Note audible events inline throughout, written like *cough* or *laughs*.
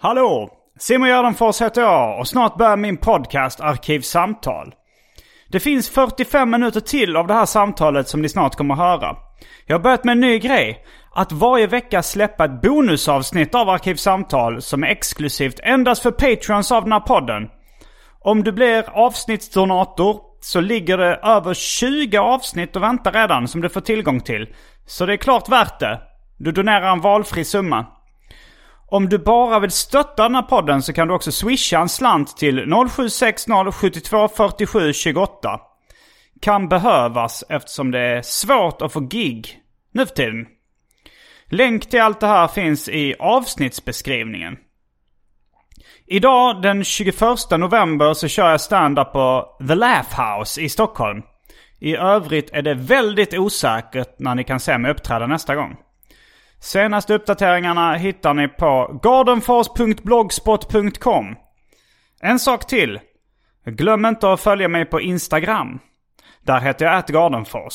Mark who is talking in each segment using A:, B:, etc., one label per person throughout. A: Hallå! Simon Gärdenfors heter jag och snart börjar min podcast Arkivsamtal. Det finns 45 minuter till av det här samtalet som ni snart kommer att höra. Jag har börjat med en ny grej. Att varje vecka släppa ett bonusavsnitt av Arkivsamtal som är exklusivt endast för patreons av den här podden. Om du blir avsnittsdonator så ligger det över 20 avsnitt och väntar redan som du får tillgång till. Så det är klart värt det. Du donerar en valfri summa. Om du bara vill stötta den här podden så kan du också swisha en slant till 0760-724728. Kan behövas eftersom det är svårt att få gig nu för tiden. Länk till allt det här finns i avsnittsbeskrivningen. Idag den 21 november så kör jag stand-up på The Laugh House i Stockholm. I övrigt är det väldigt osäkert när ni kan se mig uppträda nästa gång. Senaste uppdateringarna hittar ni på gardenfors.blogspot.com. En sak till. Glöm inte att följa mig på Instagram. Där heter jag atgardenfors.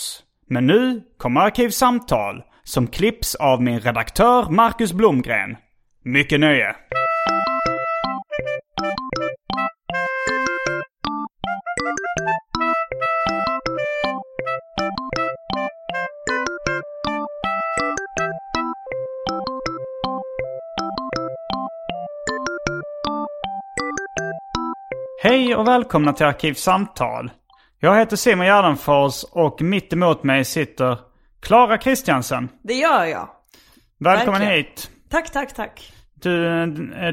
A: Men nu kommer Arkivsamtal som klipps av min redaktör Marcus Blomgren. Mycket nöje! Hej och välkomna till Arkivsamtal. Jag heter Simon Gärdenfors och mitt emot mig sitter Klara Kristiansen.
B: Det gör jag.
A: Välkommen
B: Verkligen.
A: hit.
B: Tack, tack, tack.
A: Du,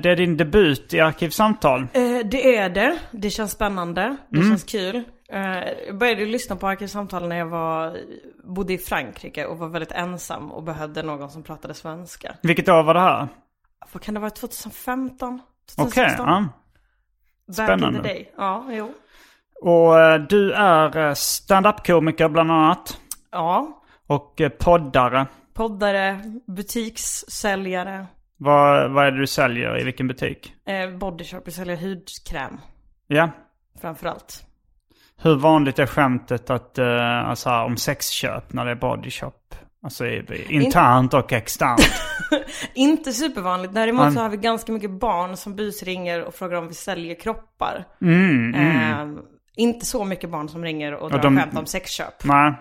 A: det är din debut i Arkivsamtal.
B: Eh, det är det. Det känns spännande. Det känns kul. Eh, jag började lyssna på Arkivsamtal när jag var, bodde i Frankrike och var väldigt ensam och behövde någon som pratade svenska.
A: Vilket år var det här?
B: Vad kan det vara? 2015?
A: Okej.
B: 2016?
A: ja.
B: Back
A: spännande.
B: in the day. Ja, jo.
A: Och eh, du är eh, stand-up-komiker bland annat.
B: Ja.
A: Och eh, poddare.
B: Poddare, butikssäljare,
A: Vad, vad är det du säljer i vilken butik?
B: eh, body shopper, säljer hudkräm
A: Ja.
B: framförallt.
A: Hur vanligt är skämtet att, eh, alltså, om sexköp när det är bodyshop? Alltså i- i- internt och externt.
B: Inte supervanligt. Däremot
A: Han-
B: så har vi ganska mycket barn som busringer och frågar om vi säljer kroppar. Eh, inte så mycket barn som ringer och drar
A: de-
B: skämt om sexköp.
A: Nej.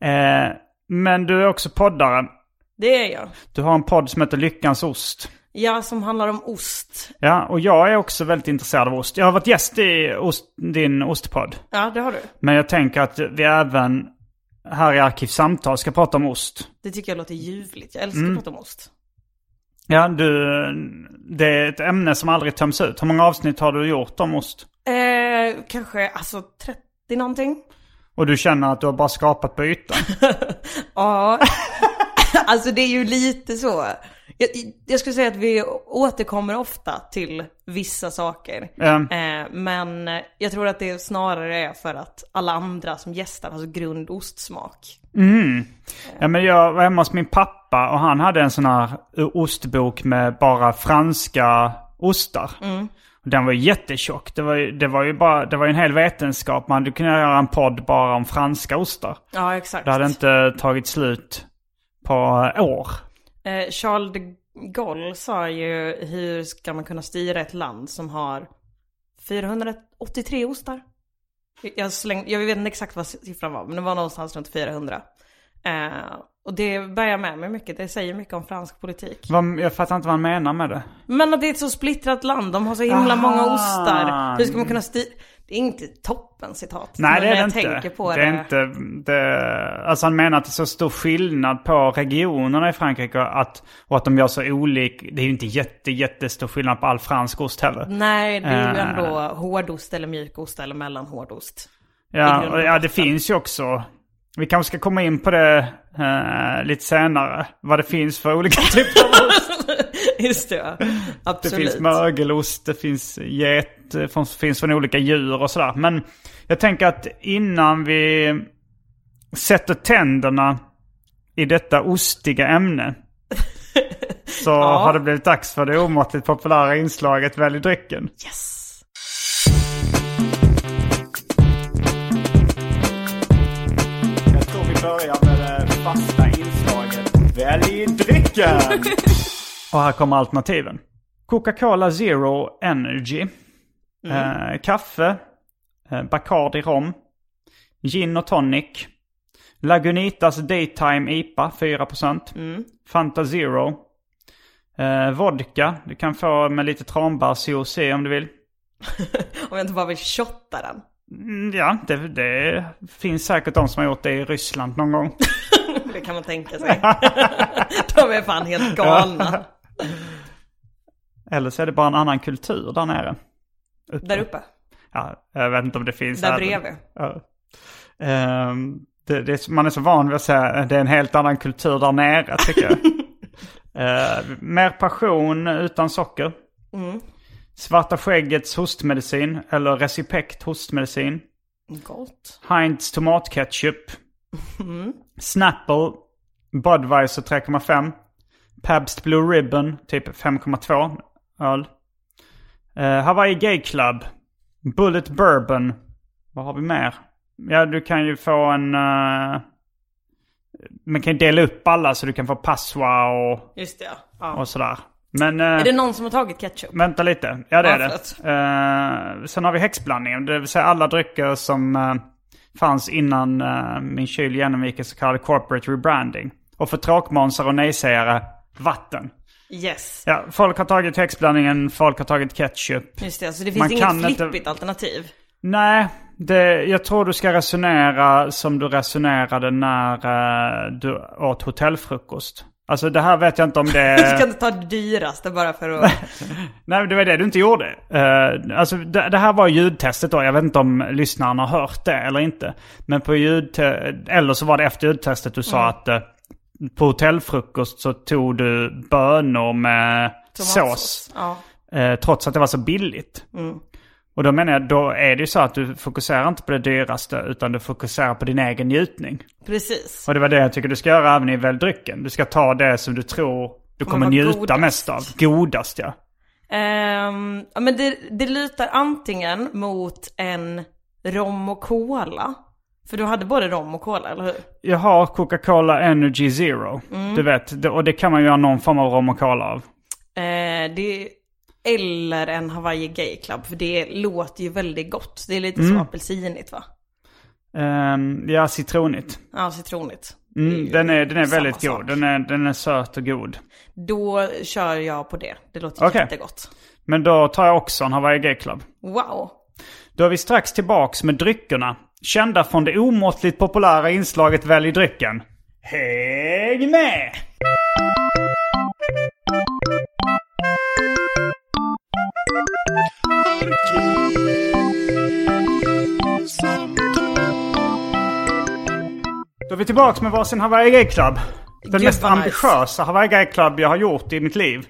A: Eh, men du är också poddare.
B: Det är jag.
A: Du har en podd som heter Lyckans Ost.
B: Jag som handlar om ost.
A: Ja, och jag är också väldigt intresserad av ost. Jag har varit gäst i ost, din ostpodd.
B: Ja, det har du.
A: Men jag tänker att vi även här i Arkivsamtal ska prata om ost.
B: Det tycker jag låter ljuvligt. Jag älskar att prata om ost.
A: Ja, du, det är ett ämne som aldrig töms ut. Hur många avsnitt har du gjort om ost?
B: Eh, kanske alltså 30 någonting.
A: Och du känner att du har bara skapat på ytan?
B: Ja. *laughs* alltså det är ju lite så. Jag, jag skulle säga att vi återkommer ofta till vissa saker.
A: Ja.
B: Eh, men jag tror att det snarare är för att alla andra som gästar har så grund ostsmak.
A: Ja, men jag var hemma hos min pappa och han hade en sån här ostbok med bara franska ostar. Och Den var ju jättetjock. Det var ju, det var ju bara, det var ju en hel vetenskap. Man hade kunnat göra en podd bara om franska ostar.
B: Ja, exakt.
A: Det hade inte tagit slut på eh, år.
B: eh, Charles de Gaulle sa ju hur ska man kunna styra ett land som har 483 ostar? Jag, släng, jag vet inte exakt vad siffran var, men det var någonstans runt 400. Eh, och det bär jag med mig mycket. Det säger mycket om fransk politik.
A: Vad- Jag fattar inte vad han menar med det.
B: Men att det är ett så splittrat land. De har så himla många ostar. Hur ska man kunna styra? Det är inte toppen citat.
A: Nej det är
B: Men när
A: det
B: jag
A: inte.
B: tänker på det.
A: det är inte det, Alltså han menar att det är så stor skillnad på regionerna i Frankrike och att, och att de gör så olika. Det är ju inte jätte, jättestor skillnad på all fransk ost heller.
B: Nej, det är ju
A: Eh.
B: ändå hårdost eller mjukost eller mellanhårdost. *laughs*
A: Ja,
B: grund
A: och,
B: och
A: ja det
B: botten.
A: finns ju också. Vi kanske ska komma in på det eh, lite senare. Vad det finns för olika *laughs* typer av ost.
B: Just det, ja.
A: Det
B: absolut.
A: finns mögelost, det finns get, det finns- finns från olika djur och sådär. Men jag tänker att innan vi sätter tänderna i detta ostiga
B: *laughs*
A: ämne. Så har det blivit dags för det omåttligt populära inslaget Välj drycken.
B: Yes.
A: Jag tror vi börjar med det fasta inslaget. Välj drycken! *laughs* Och här kommer alternativen. Coca-Cola Zero Energy. Eh, kaffe. Eh, Bacardi Rom. Gin och tonic. Lagunitas Daytime IPA 4%. Fanta Zero. Eh, vodka. Du kan få med lite tranbärsjuice i om du vill.
B: Om jag inte bara vill shotta den.
A: Mm, ja, det, det finns säkert de som har gjort det i Ryssland någon gång. *laughs*
B: Det kan man tänka sig. *laughs* De är fan helt galna.
A: Eller så är det bara en annan kultur där nere.
B: Där uppe.
A: Ja, jag vet inte om det finns
B: Där
A: här.
B: bredvid.
A: Ja. Ehm, det, det, är så- man är så van vid att säga eh, det är en helt annan kultur där nere tycker jag. Ehm, mer passion utan socker. Svarta skäggets hostmedicin eller Recipekt hostmedicin.
B: Gott.
A: Heinz tomatketchup.
B: Mm.
A: Snapple. Budweiser 3,5. Pabst Blue Ribbon, typ 5,2 öl. Eh, Hawaii Gay Club. Bullet Bourbon. Vad har vi mer? Ja, du kan ju få en... eh, man kan ju dela upp alla så du kan få Passoa och,
B: Just det, ja. ja.
A: och sådär. Men... eh,
B: Är det någon som har tagit ketchup?
A: Vänta lite. Ja, det
B: Ja,
A: är det.
B: förlåt.
A: Eh, sen har vi häxblandningen. Det vill säga alla drycker som eh, fanns innan eh, min kyl genomgick en så kallad corporate rebranding. Och för tråkmånsar och nejsägare, vatten.
B: Yes.
A: Ja, folk har tagit häxblandningen, folk har tagit ketchup.
B: Just det, så det
A: Man
B: finns
A: kan
B: inget
A: inte-
B: flippigt alternativ.
A: Nej, det, jag tror du ska resonera som du resonerade när eh, du åt hotellfrukost. Alltså det här vet jag inte om
B: *laughs*
A: det
B: Du
A: är...
B: ska inte ta det dyraste bara för att...
A: Eh. Nej, men det var det du inte gjorde. Eh, alltså, det, det här var ljudtestet då. Jag vet inte om lyssnaren har hört det eller inte. Men på ljudte- Eller så var det efter ljudtestet du sa
B: Mm.
A: att eh, på hotellfrukost så tog du bönor med sås.
B: Ja.
A: Eh, trots att det var så billigt.
B: Mm.
A: Och då menar jag, då är det ju så att du fokuserar inte på det dyraste utan du fokuserar på din egen njutning.
B: Precis.
A: Och det var det jag tycker du ska göra även i väl drycken. Du ska ta det som du tror du
B: Kommer
A: kommer
B: vara
A: njuta
B: godast.
A: mest av. Godast ja.
B: Ehm, ja, men det, det lutar antingen mot en rom och cola. För du hade både rom och cola, eller hur?
A: Jag har Coca-Cola Energy Zero.
B: Mm.
A: Du vet, det- och det kan man göra någon form av rom och cola av.
B: Eh, det, eller en Hawaii Gay Club, för det låter ju väldigt gott. Det är lite
A: Mm.
B: så apelsinigt va?
A: Ehm, ja, citronigt.
B: Ja, citronigt.
A: Mm, den är, den är
B: samma
A: väldigt
B: sak.
A: god. Den är, den är söt och god.
B: Då kör jag på det. Det låter
A: Okej.
B: jättegott.
A: Men då tar jag också en Hawaii Gay Club.
B: Wow!
A: Då är vi strax tillbaks med dryckerna. Kända från det omåttligt populära inslaget Välj drycken. Häng med! Då är vi tillbaks med varsin Hawaii Gay Club. Den
B: Gud,
A: mest
B: vad nice.
A: ambitiösa Hawaii Gay Club jag har gjort i mitt liv.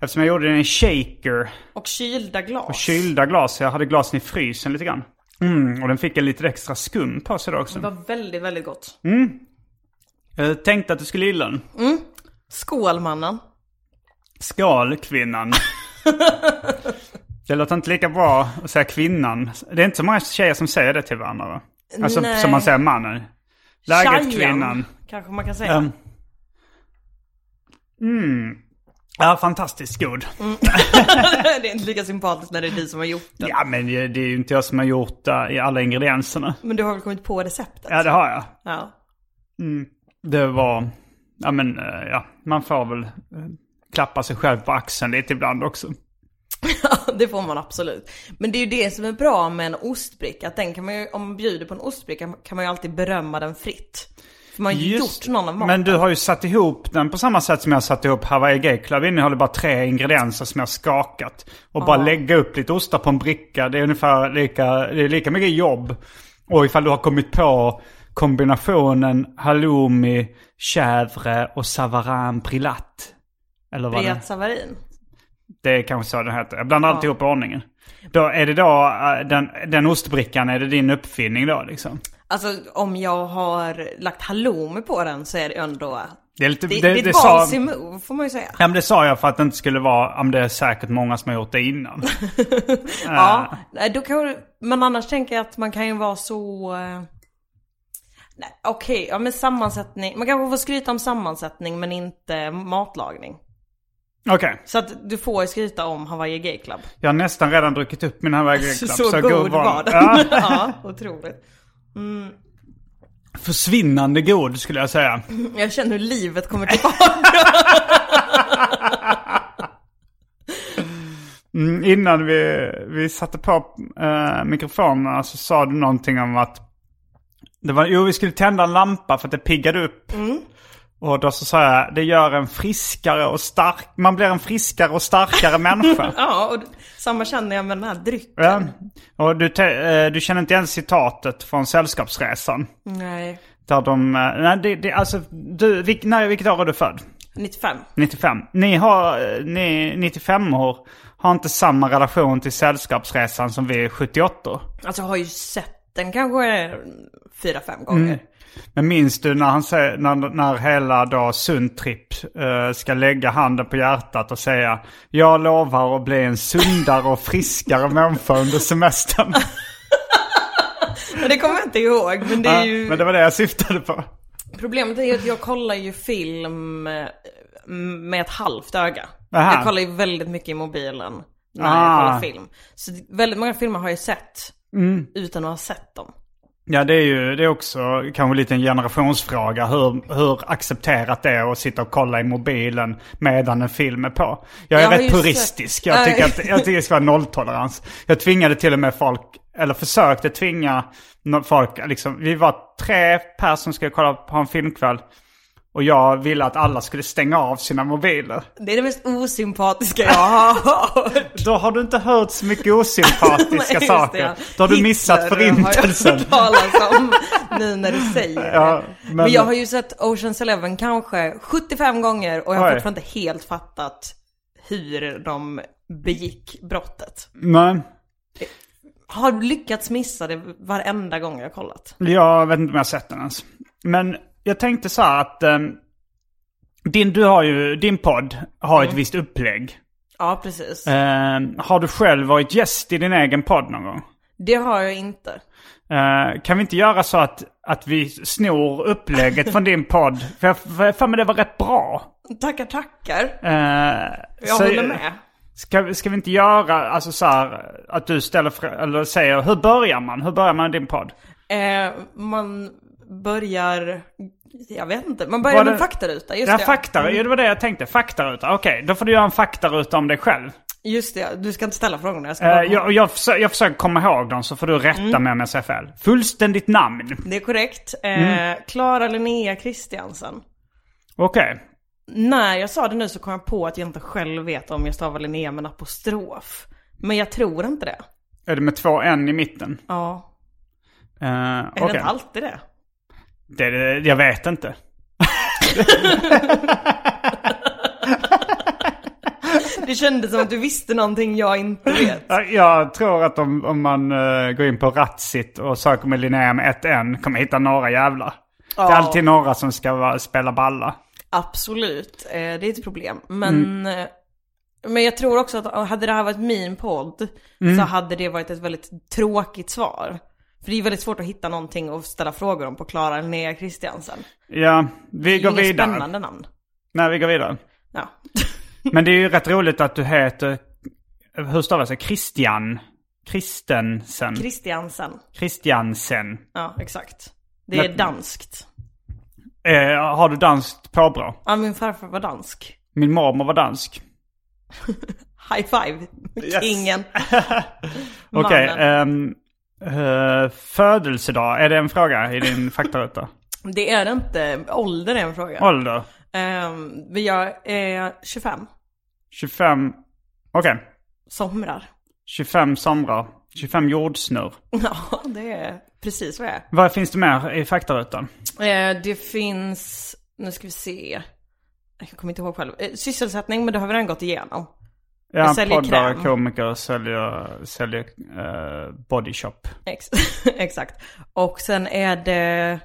A: Eftersom jag gjorde den i shaker.
B: Och kylda glas.
A: Kylda glas. Jag hade glasen i frysen lite grann. Mm, och den fick en lite extra skum på sig då också.
B: Det var väldigt, väldigt gott.
A: Mm. Jag tänkte att du skulle gilla den.
B: Skål mannen.
A: Skål kvinnan. det låter inte lika bra att säga kvinnan. Det är inte så många tjejer som säger det till varandra va? Alltså
B: Nej.
A: som man säger mannen. Läget
B: Tjajan,
A: kvinnan.
B: Kanske man kan säga.
A: Ehm. Mm. Ja, fantastiskt god.
B: *laughs* det är inte lika sympatiskt när det är du som har gjort det.
A: Ja, men det det är ju inte jag som har gjort eh, i alla ingredienserna.
B: Men du har väl kommit på receptet?
A: Ja, det har jag.
B: Ja.
A: Det var... Ja men eh, ja, man får väl eh, klappa sig själv på axeln lite ibland också.
B: *laughs* det får man absolut. Men det är ju det som är bra med en ostbricka. Att den kan man ju, om man bjuder på en ostbricka kan man ju alltid berömma den fritt. För man har ju gjort någon av maten.
A: Men du har ju satt ihop den på samma sätt som jag satt ihop Hawaii Gay Club. innehåller bara tre ingredienser som jag har skakat. Och
B: Ah.
A: bara lägga upp lite ostar på en bricka. Det är ungefär lika, det är lika mycket jobb. Och ifall du har kommit på kombinationen halloumi, chèvre och savarin brillat. Eller vad det
B: Briat Savarin.
A: Det är kanske så den heter. Jag blandar alltid ihop ordningen. Då är det då, eh, den, den ostbrickan, är det din uppfinning då liksom?
B: Alltså om jag har lagt halloumi på den så är det ändå...
A: Det är lite,
B: Det, det, är ett
A: sa-
B: ballsy move får man ju säga.
A: Ja men det sa jag för att det inte skulle vara, ja, men det är säkert många som har gjort det
B: *laughs*
A: innan.
B: Ja, nej, då kan, jag- men annars tänker jag att man kan ju vara så... eh, nej, Okej, ja men sammansättning. Man kanske får skryta om sammansättning men inte matlagning.
A: Okej,
B: Så att du får ju skryta om Hawaii Gay Club.
A: jag har nästan redan druckit upp
B: *laughs*
A: min Hawaii Gay Club.
B: Så, god var den.
A: Ja,
B: *laughs* Ja. otroligt.
A: försvinnande god skulle jag säga.
B: Jag känner hur livet kommer tillbaka.
A: Mm, Innan vi, vi satte på eh, mikrofonerna så sa du någonting om att det var, jo, vi skulle tända en lampa för att det piggade upp. Och då så sa jag, det gör en friskare och stark, man blir en friskare och starkare människa.
B: *laughs* ja, och samma känner jag med den här drycken.
A: Ja. Och du, te- eh, du känner inte igen citatet från Sällskapsresan?
B: Nej.
A: Där de, eh, nej det, det alltså, du, vilk, när, vilket år är du född?
B: 95.
A: 95. Ni har, eh, ni 95 år har inte samma relation till Sällskapsresan som vi 78
B: Alltså jag har ju sett den kanske fyra, fem gånger.
A: Men minns du när han säger, när, när hela då Sundtripp eh, ska lägga handen på hjärtat och säga Jag lovar att bli en sundare och friskare människa under semestern.
B: Men det kommer jag inte ihåg. Mm. Men *laughs* det är ju...
A: Men det var det jag syftade på.
B: Problemet är ju att jag kollar ju film eh, med ett halvt öga.
A: Aha.
B: Jag kollar ju väldigt mycket i mobilen när
A: Ah.
B: jag kollar film. Så väldigt många filmer har jag sett utan att ha sett dem.
A: Ja, det är ju det är också kanske lite en generationsfråga hur, hur accepterat det är att sitta och kolla i mobilen medan en film är på. Jag är
B: Jag har
A: rätt
B: ju sett-
A: puristisk. Jag tycker,
B: Nej.
A: att, jag tycker det ska vara nolltolerans. Jag tvingade till och med folk, eller försökte tvinga no- folk, liksom, vi var tre personer som skulle kolla på en filmkväll. Och jag ville att alla skulle stänga av sina mobiler.
B: Det är det mest osympatiska jag *laughs* har hört.
A: Då har du inte hört så mycket
B: *laughs*
A: osympatiska
B: just
A: saker.
B: det, ja.
A: Då har du
B: Hitler
A: missat förintelsen.
B: *laughs* har jag hört talas om nu när du säger det.
A: Ja, men-
B: men... jag har ju sett Oceans Eleven kanske 75 gånger och jag har
A: Oj.
B: fortfarande inte helt fattat hur de begick brottet.
A: Nej.
B: Har lyckats missa det varenda gång jag kollat.
A: Jag vet inte om jag har sett den ens. Men jag tänkte så här att ehm, din, du har ju, din podd har
B: Mm.
A: ett visst upplägg.
B: Ja, precis.
A: Ehm, har du själv varit gäst i din egen podd någon gång?
B: Det har jag inte.
A: Ehm, kan vi inte göra så att, att vi snor upplägget från din podd? För jag för jag för mig det var rätt bra.
B: Tackar, tackar.
A: Ehm,
B: Jag
A: så-
B: håller med.
A: Ska, vi- ska vi inte göra alltså så här, att du ställer frå- eller säger hur börjar man? Hur börjar man din podd?
B: Eh, man börjar... Jag vet inte. Man
A: Var
B: börjar
A: det-
B: med faktaruta. Just
A: Ja,
B: det. Mm.
A: fakta, ja, det var det jag tänkte. Faktaruta. Okej, då får du göra en faktaruta om dig själv.
B: Just det. Du ska inte ställa frågorna. Jag ska
A: Eh,
B: bara...
A: jag, jag, försöker, jag försöker komma ihåg dem så får du rätta mig om jag säger fel. Fullständigt namn.
B: Det är korrekt. Eh,
A: Mm.
B: Clara Linnea Christiansen.
A: Okej.
B: När jag sa det nu så kom jag på att jag inte själv vet om jag stavar Linnea med en apostrof. Men jag tror inte det.
A: Är det med två n i mitten?
B: Ja.
A: Uh,
B: Är det inte alltid det?
A: det, det, jag vet inte.
B: Det kändes som att du visste någonting jag
A: *laughs*
B: inte vet.
A: Ja, Jag tror att om, om man eh, går in på Ratsit och söker med Linnea med ett n kommer hitta några jävlar. Det är alltid några som ska vara, spela balla.
B: Absolut, eh, det är ett problem. Men,
A: Mm.
B: eh, men jag tror också att hade det här varit min podd
A: Mm.
B: så hade det varit ett väldigt tråkigt svar. För det är väldigt svårt att hitta någonting att ställa frågor om på Klara Linnea Christiansen.
A: Ja, vi går
B: Inget
A: vidare.
B: spännande namn.
A: Nej, vi går *laughs* vidare.
B: Ja. *laughs*
A: Men det är ju rätt roligt att du heter, hur stavas det? Christian? Kristensen?
B: Christiansen.
A: Christiansen.
B: Ja, exakt. Det är danskt.
A: Eh, har du danskt påbrå?
B: Ja, min farfar var dansk.
A: Min mormor var dansk.
B: High five, *laughs* kingen.
A: Okej,
B: Mannen.
A: ehm, eh, födelsedag. Är det en fråga i
B: *laughs*
A: din faktaruta?
B: Det är det inte. Ålder är en fråga.
A: Ålder?
B: Ehm, men jag är 25.
A: 25... Okej.
B: Somrar. *laughs*
A: 25 somrar. 25 jordsnurr.
B: Ja, det är precis vad jag är.
A: Vad finns det mer i faktarutan?
B: Eh, Det finns, nu ska vi se. Jag kommer inte ihåg själv. Eh, Sysselsättning, men det har vi redan gått igenom.
A: Ja,
B: säljer
A: poddar,
B: kräm.
A: komiker, säljer, säljer eh, bodyshop.
B: Ex *laughs* exakt. Och sen är det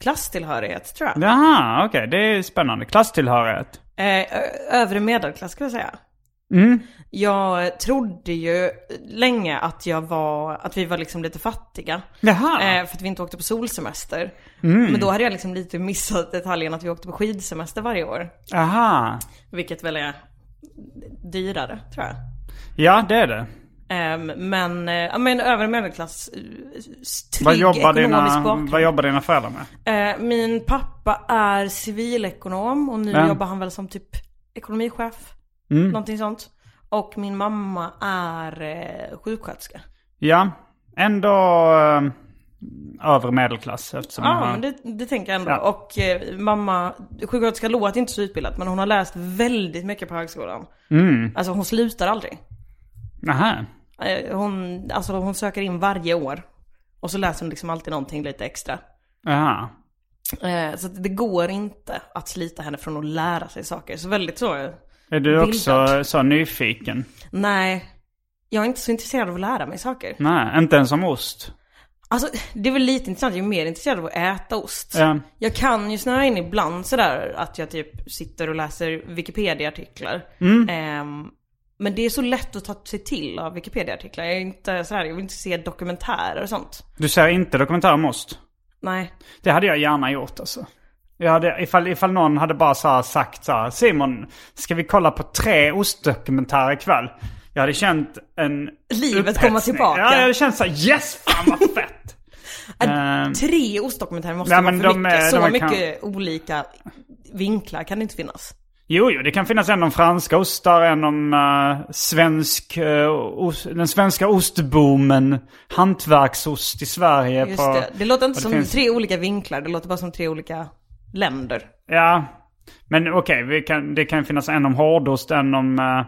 B: klasstillhörighet tror jag.
A: Jaha, okej. Det är spännande. Klasstillhörighet.
B: Eh, ö- övre medelklass skulle jag säga.
A: Mm.
B: Jag trodde ju länge att, jag var, att vi var liksom lite fattiga.
A: Jaha. Mm.
B: Eh, för att vi inte åkte på solsemester. Men då hade jag liksom lite missat detaljen att vi åkte på skidsemester varje år.
A: Aha.
B: Vilket väl är dyrare tror jag.
A: Ja, det är det.
B: Ehm, men, eh, ja men övre medelklass, eh, trygg
A: Vad jobbar,
B: ekonomisk
A: dina,
B: bakgrund.
A: vad jobbar dina föräldrar med?
B: Eh, Min pappa är civilekonom och nu
A: Vem?
B: jobbar han väl som typ ekonomichef. Någonting sånt. Och min mamma är eh, sjuksköterska.
A: Ja, ändå eh, övre medelklass eftersom
B: Ja,
A: jag har...
B: men det, det tänker jag ändå.
A: Ja.
B: Och eh, mamma, sjuksköterska låter inte så utbildad men hon har läst väldigt mycket på högskolan. Alltså hon slutar aldrig.
A: Aha.
B: Eh, Hon, alltså, hon söker in varje år. Och så läser hon liksom alltid någonting lite extra.
A: Aha.
B: Eh, Så att det går inte att slita henne från att lära sig saker. Så väldigt så. eh,
A: Är du också eh,
B: Bildad.
A: så nyfiken?
B: Nej, jag är inte så intresserad av att lära mig saker.
A: Nej, inte ens om ost.
B: Alltså det är väl lite intressant, jag är mer intresserad av att äta ost.
A: Ja.
B: Jag kan ju snöa in ibland sådär att jag typ sitter och läser Wikipedia-artiklar.
A: Mm.
B: Ehm, men det är så lätt att ta sig till av Wikipedia-artiklar. Jag, är inte sådär, jag vill inte se dokumentärer och sånt.
A: Du ser inte dokumentär om ost?
B: Nej.
A: Det hade jag gärna gjort alltså. Jag hade, ifall, ifall någon hade bara så här sagt så här, Simon, ska vi kolla på tre ostdokumentärer ikväll? Jag hade känt en
B: Livet
A: upphetsning.
B: komma tillbaka.
A: Ja, jag hade känt så här, yes, fan vad fett! Ehm,
B: Äh, Tre ostdokumentärer måste
A: Nej,
B: vara
A: men
B: för
A: de
B: mycket.
A: är-
B: så
A: de är kan-
B: mycket olika vinklar kan det inte finnas.
A: Jo, jo, det kan finnas en om franska ostar, en om eh, svensk, eh, os- den svenska ostboomen, hantverksost i Sverige.
B: Just
A: på,
B: det. Det låter inte
A: och
B: som
A: finns-
B: tre olika vinklar, det låter bara som tre olika länder.
A: Ja, men okej, vi kan, det kan finnas en om hårdost, en om, eh,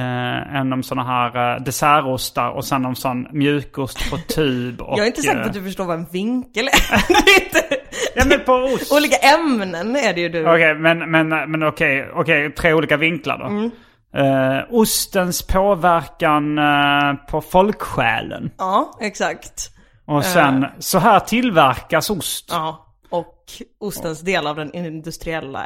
A: eh, en om sådana här eh, dessertostar och sen om sån
B: *laughs*
A: mjukost på tub. Och,
B: jag är inte säker på att
A: eh,
B: du förstår vad en vinkel är. *laughs* Det är inte...
A: Ja, men på ost.
B: Olika ämnen är det ju du.
A: Okej, men, men, men okej, okej, tre olika vinklar då.
B: Mm.
A: Eh, ostens påverkan eh, på folksjälen.
B: Ja, exakt.
A: Och sen, så här tillverkas ost.
B: Eh, Ja. Och ostens del av den industriella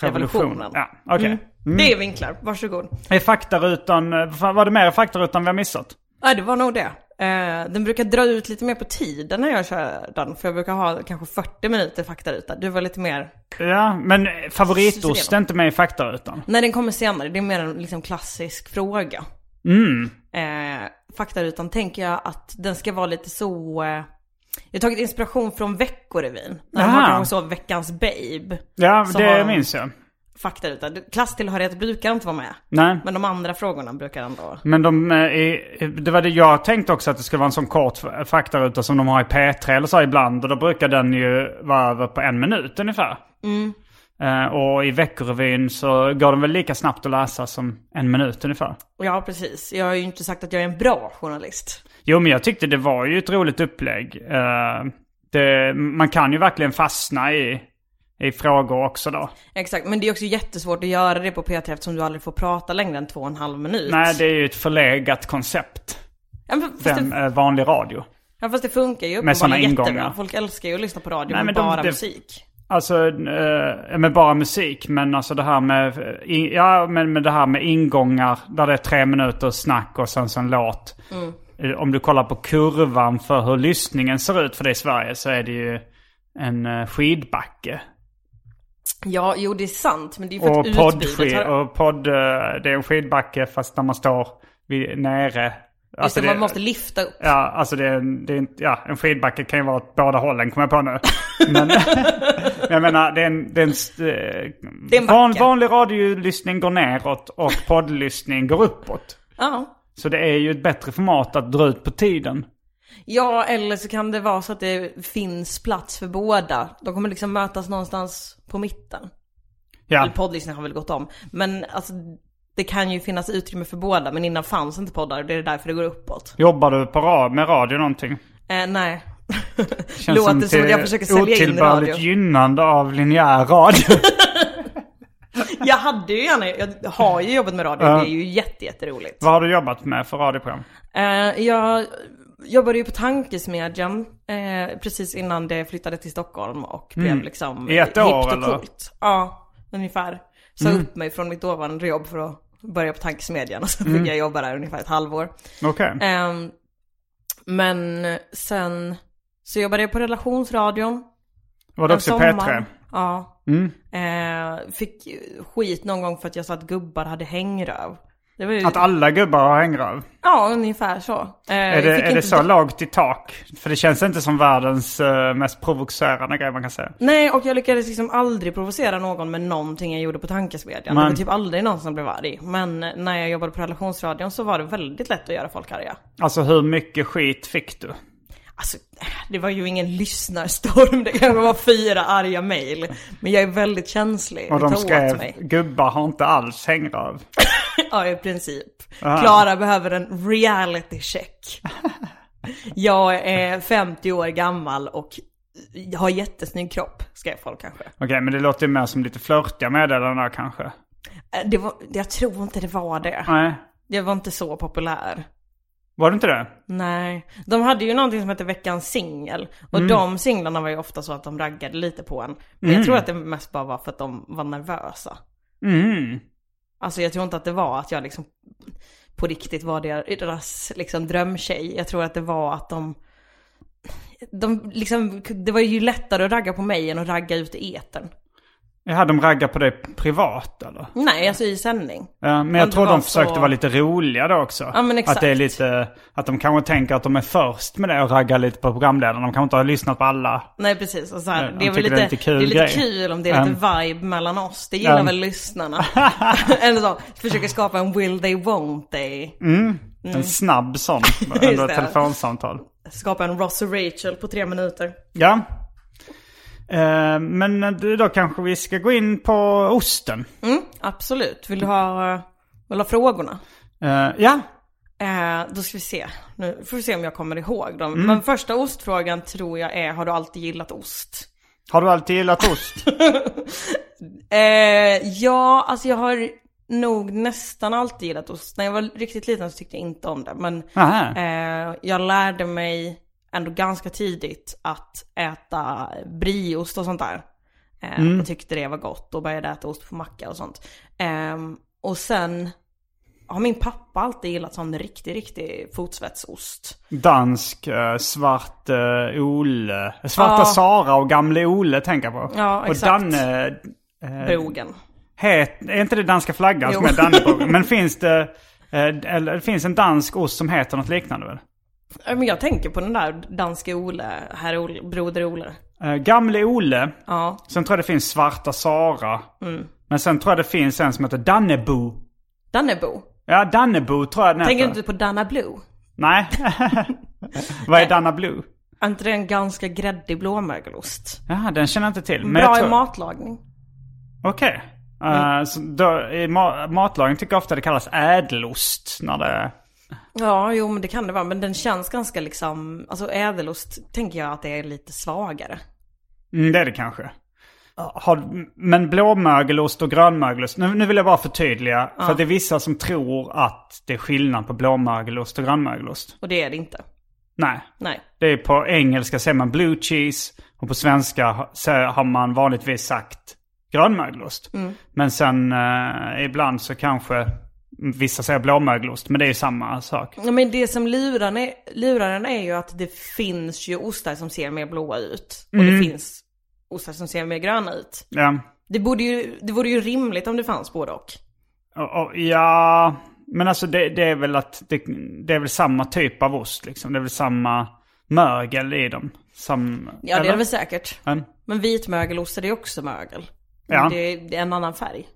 A: Revolution.
B: revolutionen. Mm.
A: Ja, okej. Mm.
B: Det är vinklar, varsågod.
A: Är faktarutan, eh, fan, var det mer i faktarutan vi har missat?
B: Ja, det var nog det. Eh, den brukar dra ut lite mer på tiden när jag kör den, för jag brukar ha kanske 40 minuter faktaruta. Du var lite mer...
A: Ja, men eh, favoritost
B: System.
A: är inte med i faktarutan.
B: Nej, den kommer senare. Det är mer en liksom, klassisk fråga. Mm. Eh, faktarutan tänker jag att den ska vara lite så... Eh, jag har tagit inspiration från Veckorevyn. När de
A: Aha.
B: har kanske så Veckans Babe.
A: Ja,
B: Som
A: det
B: var-
A: minns jag.
B: Faktaruta. Du- Klasstillhörighet brukar inte vara med.
A: Nej.
B: Men de andra frågorna brukar ändå...
A: Men de, eh, är- det var det jag tänkte också att det skulle vara en sån kort f- faktaruta som de har i P3 eller så ibland. Och då brukar den ju vara över på en minut ungefär.
B: Mm.
A: Eh, Och i Veckorevyn så går den väl lika snabbt att läsa som en minut ungefär.
B: Ja, precis. Jag har ju inte sagt att jag är en bra journalist.
A: Jo, men jag tyckte det var ju ett roligt upplägg. Eh, det, man kan ju verkligen fastna i, i frågor också då.
B: Exakt, men det är också jättesvårt att göra det på P3 eftersom du aldrig får prata längre än två och en halv minut.
A: Nej, det är ju ett förlegat koncept.
B: ja, men fast,
A: Den
B: det,
A: eh, vanlig radio.
B: ja, fast det funkar ju
A: Med såna
B: uppenbarligen jättebra.
A: ingångar.
B: Folk älskar ju att lyssna på radio
A: Nej,
B: med
A: men de-
B: bara
A: det-
B: musik.
A: Alltså, eh, med bara musik. Men alltså det här med, i- ja, men med det här med ingångar. Där det är tre minuter snack och sen så en låt.
B: Mm.
A: Eh, Om du kollar på kurvan för hur lyssningen ser ut för det i Sverige så är det ju en eh, skidbacke.
B: Ja, jo det är sant, men det är ju för
A: Och
B: att
A: poddski-
B: utbudet har...
A: och podd, eh, det är en skidbacke fast när man står vid, nere
B: Just
A: Alltså
B: det,
A: det-
B: man måste lyfta upp.
A: Ja, alltså det, är en- det är inte, ja, en skidbacke kan ju vara åt båda hållen kommer jag
B: *laughs*
A: på nu. Men, men jag menar, det är en, det är en, st- eh,
B: Det är en
A: van,
B: backe.
A: vanlig radiolyssning går neråt och poddlyssning går uppåt.
B: Ja.
A: Så det är ju ett bättre format att dra ut på tiden.
B: ja, eller så kan det vara så att det finns plats för båda. De kommer liksom mötas någonstans på mitten.
A: Ja,
B: Eller poddlyssning har väl gått om. Men alltså, det kan ju finnas utrymme för båda. Men innan fanns inte poddar och det är därför det går uppåt.
A: jobbar du på ra- med radio någonting?
B: Eh, nej. Låter som,
A: till
B: att jag försöker sälja in
A: otillbörligt
B: radio.
A: gynnande av linjär radio. *laughs*
B: Jag hade ju gärna, jag har ju jobbat med radio. Det är ju jätte, jätteroligt.
A: Vad har du jobbat med för radioprogram?
B: Eh, jag jobbade ju på Tankesmedjan eh, precis innan det flyttade till Stockholm och blev liksom
A: Mm. I ett
B: eh,
A: år,
B: hippt och
A: eller? Mm.
B: coolt. Ja, ungefär. Sa upp mig från mitt dåvarande jobb för att börja på Tankesmedjan och så fick
A: Mm.
B: jag jobba där ungefär ett halvår.
A: Okej.
B: Ehm, men sen så jobbade jag på relationsradion.
A: Var det också
B: sommar.
A: P3?
B: Ja.
A: Mm.
B: Eh, fick skit någon gång för att jag sa att gubbar hade hängröv. Det var ju,
A: Att alla gubbar har hängröv?
B: Ja, ungefär så. Eh,
A: Är
B: jag
A: det,
B: fick
A: är det
B: inte
A: så lågt i tak? För det känns inte som världens eh, mest provocerande grej man kan säga.
B: Nej, och jag lyckades liksom aldrig provocera någon med någonting jag gjorde på tankesmedjan. Det
A: Nej.
B: var typ aldrig någon som blev arg. Men när jag jobbade på relationsradion så var det väldigt lätt att göra folk arga.
A: Alltså hur mycket skit fick du?
B: Alltså, det var ju ingen lyssnarstorm. Det kanske var fyra arga mejl. Men jag är väldigt känslig.
A: Och
B: Det
A: de
B: tar åt
A: skrev
B: mig.
A: gubbar har inte alls hängröv.
B: Ja, i princip. Klara behöver en reality check. Jag är 50 år gammal och har jättesnygg kropp, skrev folk kanske.
A: Okej, men det låter ju mer som lite flörtiga meddelanden där kanske.
B: Eh, Det var, jag tror inte det var det.
A: Nej,
B: Jag var inte så populär.
A: var det inte det?
B: Nej. De hade ju någonting som hette veckans singel. Och de singlarna var ju ofta så att de raggade lite på en. Men jag tror att det mest bara var för att de var nervösa.
A: Mm.
B: Alltså jag tror inte att det var att jag liksom på riktigt var der- deras liksom drömtjej. Jag tror att det var att de... de liksom, det var ju lättare att ragga på mig än att ragga ut i etern.
A: Jaha, de raggar på dig privat eller?
B: Nej, alltså i sändning.
A: Ja, men
B: det
A: jag tror
B: var
A: de försökte
B: så-
A: vara lite roliga då också.
B: Ja, men exakt.
A: Att det är lite, att de kanske tänker att de är först med det och raggar lite på programledarna. De kanske inte har lyssnat på alla.
B: Nej precis, och så här,
A: Nej,
B: det
A: de
B: är väl
A: tycker
B: lite,
A: det är lite kul
B: det är lite
A: grej.
B: kul om det är lite vibe mellan oss. Det gillar
A: Um.
B: väl
A: *laughs*
B: lyssnarna. Eller så, försöker skapa en will they won't they.
A: En snabb sån,
B: Mm. *laughs* Just
A: under
B: det.
A: ett telefonsamtal.
B: Skapa en Ross och Rachel på tre minuter.
A: Ja. Eh, men du, då kanske vi ska gå in på osten.
B: Mm, Absolut, vill du ha, eh, vill du ha frågorna?
A: Eh, ja,
B: Eh, då ska vi se, nu får vi se om jag kommer ihåg dem.
A: Mm.
B: Men första ostfrågan tror jag är, har du alltid gillat ost?
A: har du alltid gillat ost?
B: *laughs* Eh, ja, alltså jag har nog nästan alltid gillat ost. När jag var riktigt liten så tyckte jag inte om det. Men
A: Aha.
B: eh, jag lärde mig ändå ganska tidigt att äta brieost och sånt där. Eh,
A: Mm.
B: Och tyckte det var gott och började äta ost på macka och sånt. Eh, och sen har min pappa alltid gillat sån riktig, riktig fotsvetsost.
A: Dansk, eh, svart eh, Ole. Svarta Sara och gamle Ole tänker jag på.
B: Ja,
A: och
B: exakt.
A: Danne... Eh,
B: Brogen.
A: het, är inte det danska flaggan
B: Jo.
A: som är
B: *laughs*
A: Dannebrogen? Men finns det... eh, Eller det finns en dansk ost som heter något liknande väl?
B: Ja, Men jag tänker på den där danske Ole, herr Ole, broder Ole.
A: Eh, Gamle Ole.
B: Ja,
A: Sen tror jag det finns Svarta Sara.
B: Mm.
A: Men sen tror jag det finns en som heter Dannebo.
B: Dannebo.
A: Ja, Dannebo tror jag den
B: Tänker
A: heter.
B: du inte på Dana Blue?
A: Nej.
B: *laughs*
A: Vad är Danna Blue?
B: Är inte det en ganska gräddig blåmögelost?
A: Ja, den känner jag inte till. men jag
B: Bra
A: tror-
B: i Mm. matlagning.
A: Okej. Eh, så då, I ma- matlagning tycker jag ofta det kallas ädelost. När det...
B: Ja, jo men det kan det vara. Men den känns ganska liksom, alltså ädelost tänker jag att det är lite svagare.
A: Mm, det är det kanske. Har, men blåmögelost och grönmögelost. Nu, nu vill jag bara förtydliga. För att det är vissa som tror att det är skillnad på blåmögelost och grönmögelost.
B: Och det är det inte.
A: Nej.
B: Nej.
A: Det är på engelska säger man blue cheese och på svenska ha- så har man vanligtvis sagt grönmögelost.
B: Mm.
A: Men sen eh, ibland så kanske vissa säger blåmögelost, men det är ju samma sak.
B: Ja, men det som lurar, är, lurar en är ju att det finns ju ostar som ser mer blåa ut. Och
A: Mm.
B: det finns ostar som ser mer gröna ut.
A: Ja,
B: Det, borde ju, det vore ju rimligt om det fanns både och.
A: och, och, ja Men alltså det, det är väl att det, det är väl samma typ av ost liksom. Det är väl samma mögel i dem. Sam,
B: Ja det är
A: eller?
B: det väl säkert.
A: Men-
B: Men vit mögelost är det också mögel.
A: Ja.
B: Men Det är det är en annan färg.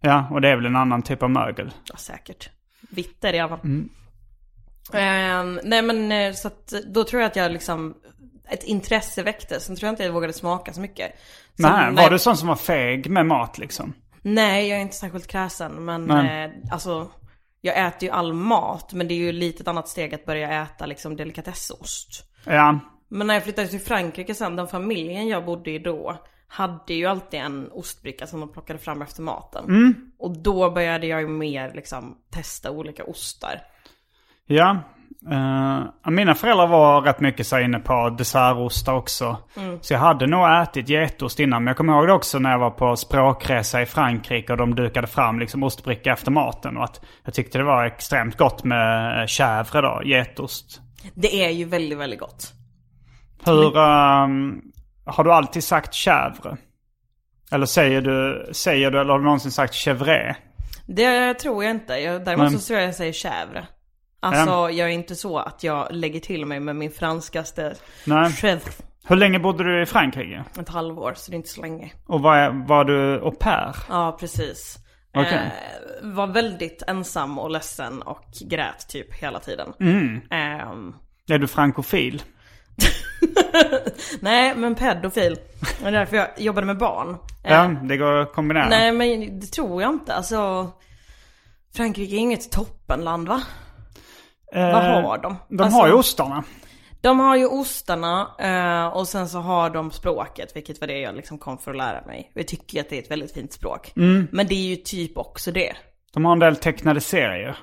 A: Ja, och det är väl en annan typ av mögel.
B: Ja, säkert. Vitter i alla fall.
A: Mm.
B: Ehm, nej men eh, så att då tror jag att jag liksom, ett intresse väcktes. Sen tror jag inte jag vågade smaka så mycket. Så,
A: Nej,
B: nej,
A: var du sån som var feg med mat liksom?
B: Nej, jag är inte särskilt kräsen. Men
A: Nej.
B: eh, alltså, jag äter ju all mat. Men det är ju lite ett annat steg att börja äta liksom delikatessost.
A: Ja,
B: Men när jag flyttade till Frankrike sen, den familjen jag bodde i då, hade ju alltid en ostbricka som de plockade fram efter maten.
A: Mm.
B: Och då började jag ju mer liksom testa olika ostar.
A: Ja. Eh, mina föräldrar var rätt mycket så här inne på dessertostar också. Så jag hade nog ätit getost innan. Men jag kommer ihåg det också när jag var på språkresa i Frankrike och de dukade fram liksom ostbricka efter maten. Och att jag tyckte det var extremt gott med eh, chèvre då, getost.
B: Det är ju väldigt, väldigt gott.
A: Hur... ehm, har du alltid sagt chèvre? Eller säger du, säger du eller har du någonsin sagt chèvre?
B: Det tror jag inte. Jag, däremot
A: Men-
B: så tror jag jag säger chèvre. Alltså
A: Ja.
B: jag är inte så att jag lägger till mig med min franskaste
A: Nej.
B: chèvre.
A: Hur länge bodde du i Frankrike?
B: Ett halvår, så det är inte så länge.
A: Och var, var du au pair?
B: Ja, precis.
A: Okej.
B: Eh, var väldigt ensam och ledsen och grät typ hela tiden.
A: Mm.
B: Ehm,
A: Är du frankofil?
B: nej, men pedofil. Det var därför jag jobbade med barn. Eh,
A: Ja, det går att kombinera.
B: Nej, men det tror jag inte. Alltså, Frankrike är inget toppenland va?
A: Eh,
B: Vad har de?
A: De
B: Alltså-
A: har ju ostarna.
B: De har ju ostarna eh, och sen så har de språket, vilket var det jag liksom kom för att lära mig. Jag tycker ju att det är ett väldigt fint språk.
A: Mm.
B: Men det är ju typ också det. Mm.
A: De har en del tecknade serier.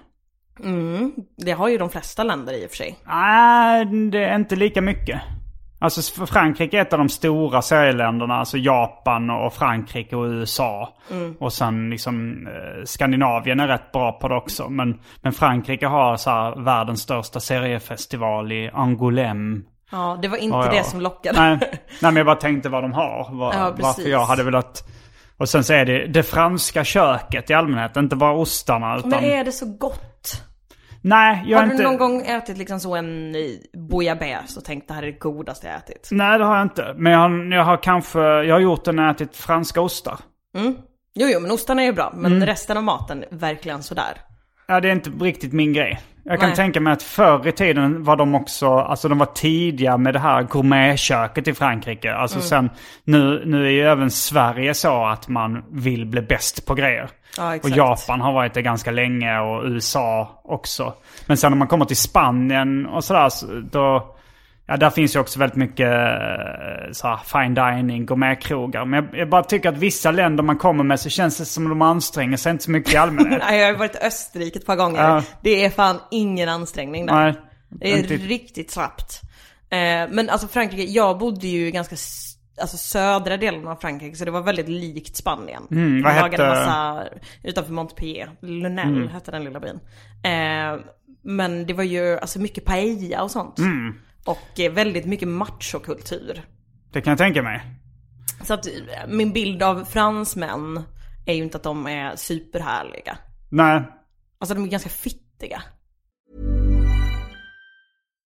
B: Det har ju de flesta länder i och för sig.
A: Nej, det är inte lika mycket. Alltså för Frankrike är ett av de stora serieländerna. Alltså Japan och Frankrike och USA.
B: Mm.
A: Och sen liksom eh, Skandinavien är rätt bra på det också. Men, men Frankrike har så här världens största seriefestival i Angoulême.
B: Ja, det var inte
A: Ja, ja.
B: det som lockade.
A: Nej,
B: *laughs*
A: nej, men jag bara tänkte vad de har. Var,
B: Ja, precis.
A: varför jag hade velat... Och sen så är det det franska köket i allmänhet. Inte bara ostarna utan...
B: Men är det så gott?
A: Nej, jag
B: Har
A: är
B: du
A: inte...
B: någon gång ätit liksom så en eh, bouillabaisse och tänkt det här är det godaste jag ätit?
A: Nej, det har jag inte. Men jag har, jag har kanske... Jag har gjort det när jag ätit franska ostar.
B: Jo, jo, men ostarna är ju bra. Men
A: Mm.
B: resten av maten, verkligen sådär.
A: Ja, det är inte riktigt min grej. Jag kan
B: Nej.
A: tänka mig att förr i tiden var de också, alltså de var tidiga med det här gourmetköket i Frankrike. Alltså
B: Mm.
A: sen, nu, nu är ju även Sverige så att man vill bli bäst på grejer.
B: Ja,
A: och
B: exakt.
A: Japan har varit det ganska länge och USA också. Men sen om man kommer till Spanien och sådär, så- då, ja där finns ju också väldigt mycket eh, så här, fine dining, gourmetkrogar. Men jag, jag bara tycker att vissa länder man kommer med så känns det som att de anstränger sig inte så mycket i allmänhet.
B: *laughs* Nej, jag har ju varit i Österrike ett par gånger.
A: Ja.
B: Det är fan ingen ansträngning där.
A: Nej,
B: det är
A: inte-
B: riktigt slappt. Eh, men alltså Frankrike, jag bodde ju i ganska s- alltså, södra delen av Frankrike så det var väldigt likt Spanien. Mm,
A: vad hette-
B: lagade
A: Mm.
B: massa utanför Montpellier, Lunel hette den lilla byn. Eh, men det var ju alltså mycket paella och sånt.
A: Mm.
B: Och eh, väldigt mycket machokultur.
A: Det kan jag tänka mig.
B: Så att eh, min bild av fransmän är ju inte att de är superhärliga.
A: Nej.
B: Alltså de är ganska fittiga.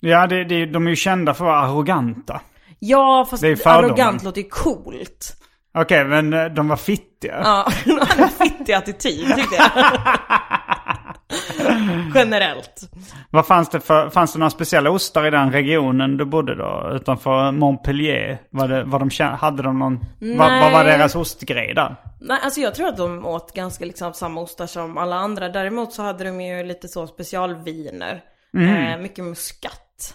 A: Ja, det, det, de är ju kända för att vara arroganta.
B: Ja, fast
A: Det är fördomen.
B: arrogant låter ju coolt.
A: Okej, men eh, de var fittiga.
B: Ja, han hade en fittig attityd tyckte jag. Generellt.
A: Vad fanns det för, fanns det några speciella ostar i den regionen du bodde då? Utanför Montpellier? Var det, var de, kä- hade de någon, vad, vad var
B: Nej.
A: deras ostgrej där?
B: Nej, alltså jag tror att de åt ganska liksom samma ostar som alla andra. Däremot så hade de ju lite så specialviner. Eh, mycket muskat.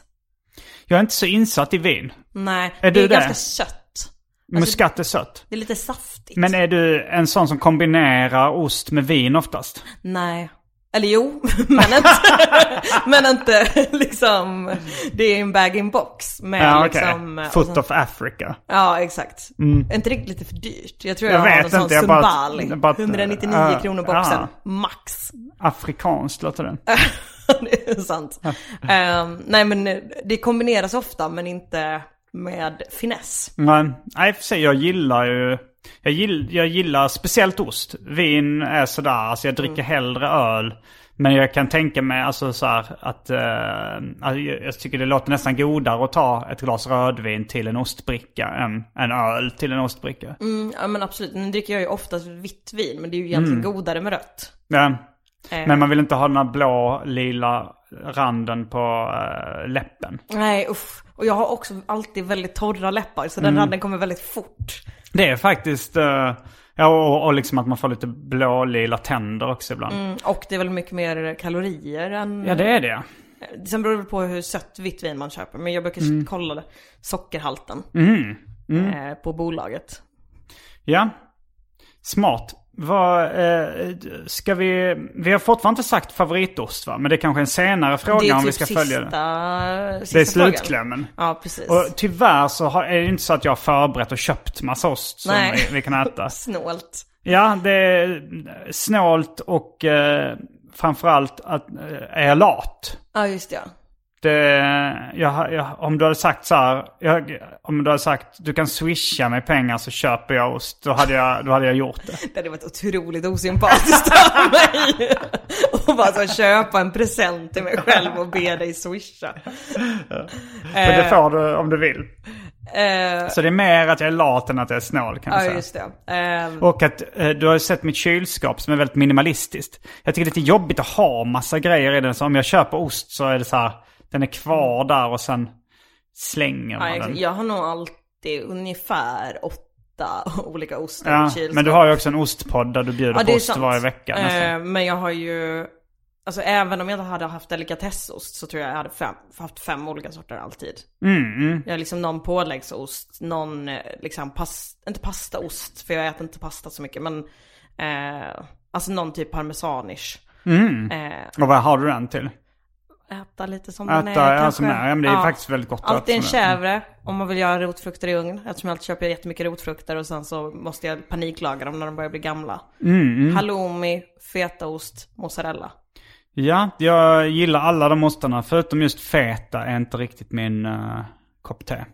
A: Jag är inte så insatt i vin.
B: Nej,
A: Är
B: det
A: du
B: är
A: det?
B: ganska sött. Alltså-
A: Muskat är sött.
B: Det är lite saftigt.
A: Men är du en sån som kombinerar ost med vin oftast?
B: Nej. Eller jo, *laughs* men inte, men inte liksom, det är en bag-in-box. Med
A: Ja, okej.
B: liksom, och
A: Foot
B: sånt.
A: of Africa.
B: Ja, exakt. Är inte det lite för dyrt? Jag tror
A: Mm. Jag
B: jag,
A: vet
B: har någon sån
A: inte, jag bara-
B: Zumbali.
A: jag bara-
B: 199
A: ah,
B: kronor boxen,
A: ah.
B: max. *laughs*
A: Afrikanskt låter det.
B: det är sant.
A: Ah.
B: Ehm, nej men eh, det kombineras ofta men inte med finess.
A: Men, nej, i och för sig, jag gillar ju... Jag, gill, jag gillar speciellt ost. Vin är sådär, alltså jag
B: Mm.
A: dricker hellre öl. Men jag kan tänka mig alltså så här, att eh, alltså, jag jag tycker det låter nästan godare att ta ett glas rödvin till en ostbricka än en öl till en ostbricka.
B: Ja men absolut, nu dricker jag ju oftast vitt vin men det är ju egentligen
A: Mm.
B: godare med rött.
A: Men,
B: Eh.
A: men man vill inte ha den här blå, lila randen på eh, läppen.
B: Nej uff. Och jag har också alltid väldigt torra läppar så
A: Mm.
B: den randen kommer väldigt fort.
A: Det är faktiskt, eh, ja och, och liksom att man får lite blå-lila tänder också ibland.
B: Mm, Och det är väl mycket mer kalorier än...
A: Ja det är det.
B: Sen beror det på hur sött vitt vin man köper men jag brukar
A: Mm.
B: kolla det. sockerhalten Eh, på bolaget.
A: Ja. Smart. Vad, eh, ska vi... Vi har fortfarande inte sagt favoritost va? Men det är kanske en senare fråga
B: det är
A: om
B: typ
A: vi ska
B: sista,
A: följa det.
B: sista
A: Det är
B: frågan.
A: slutklämmen.
B: Ja, precis.
A: Och tyvärr så har, är det inte så att jag har förberett och köpt massa ost som
B: Nej.
A: vi, vi kan äta.
B: *laughs* Snålt.
A: Ja, det är snålt och eh, framförallt att, eh, är jag lat.
B: Ja, just det. ja.
A: Det, jag, jag, om du hade sagt så här, jag, om du hade sagt du kan swisha mig pengar så köper jag ost, då hade jag, då hade jag gjort det.
B: Det hade varit otroligt osympatiskt av mig. *laughs* Och bara så köpa en present till mig själv och be dig swisha.
A: Men det får du om du vill.
B: Eh,
A: Så det är mer att jag är lat än att jag är snål kan jag
B: ja,
A: säga.
B: just det. Eh,
A: Och att eh, du har ju sett mitt kylskåp som är väldigt minimalistiskt. Jag tycker det är lite jobbigt att ha massa grejer i den. Så om jag köper ost så är det så här, den är kvar där och sen slänger man
B: Mm. ja, exakt.
A: den.
B: jag har nog alltid ungefär åtta olika ostar i
A: Ja,
B: kylskåpet.
A: men du har ju också en ostpodd där du bjuder
B: Ja, det
A: på
B: är
A: ost
B: sant.
A: varje vecka nästan.
B: Eh, men jag har ju... Alltså även om jag inte hade haft delikatessost så tror jag jag hade fem, haft fem olika sorter alltid.
A: Mm,
B: Jag har liksom någon påläggsost, någon eh, liksom pas, inte pastaost för jag äter inte pasta så mycket men eh, alltså någon typ parmesanish.
A: Mm.
B: Eh,
A: Och vad har du den till?
B: äta lite som
A: Äta,
B: den är
A: ja,
B: kanske.
A: som den är. Ja, men det är faktiskt väldigt gott att
B: Alltid en
A: äta som den.
B: chèvre om man vill göra rotfrukter i ugn. Eftersom jag alltid köper jättemycket rotfrukter och sen så måste jag paniklaga dem när de börjar bli gamla.
A: Mm,
B: Halloumi, fetaost, mozzarella.
A: Ja, jag gillar alla de ostarna. Förutom just feta är inte riktigt min uh, kopp te.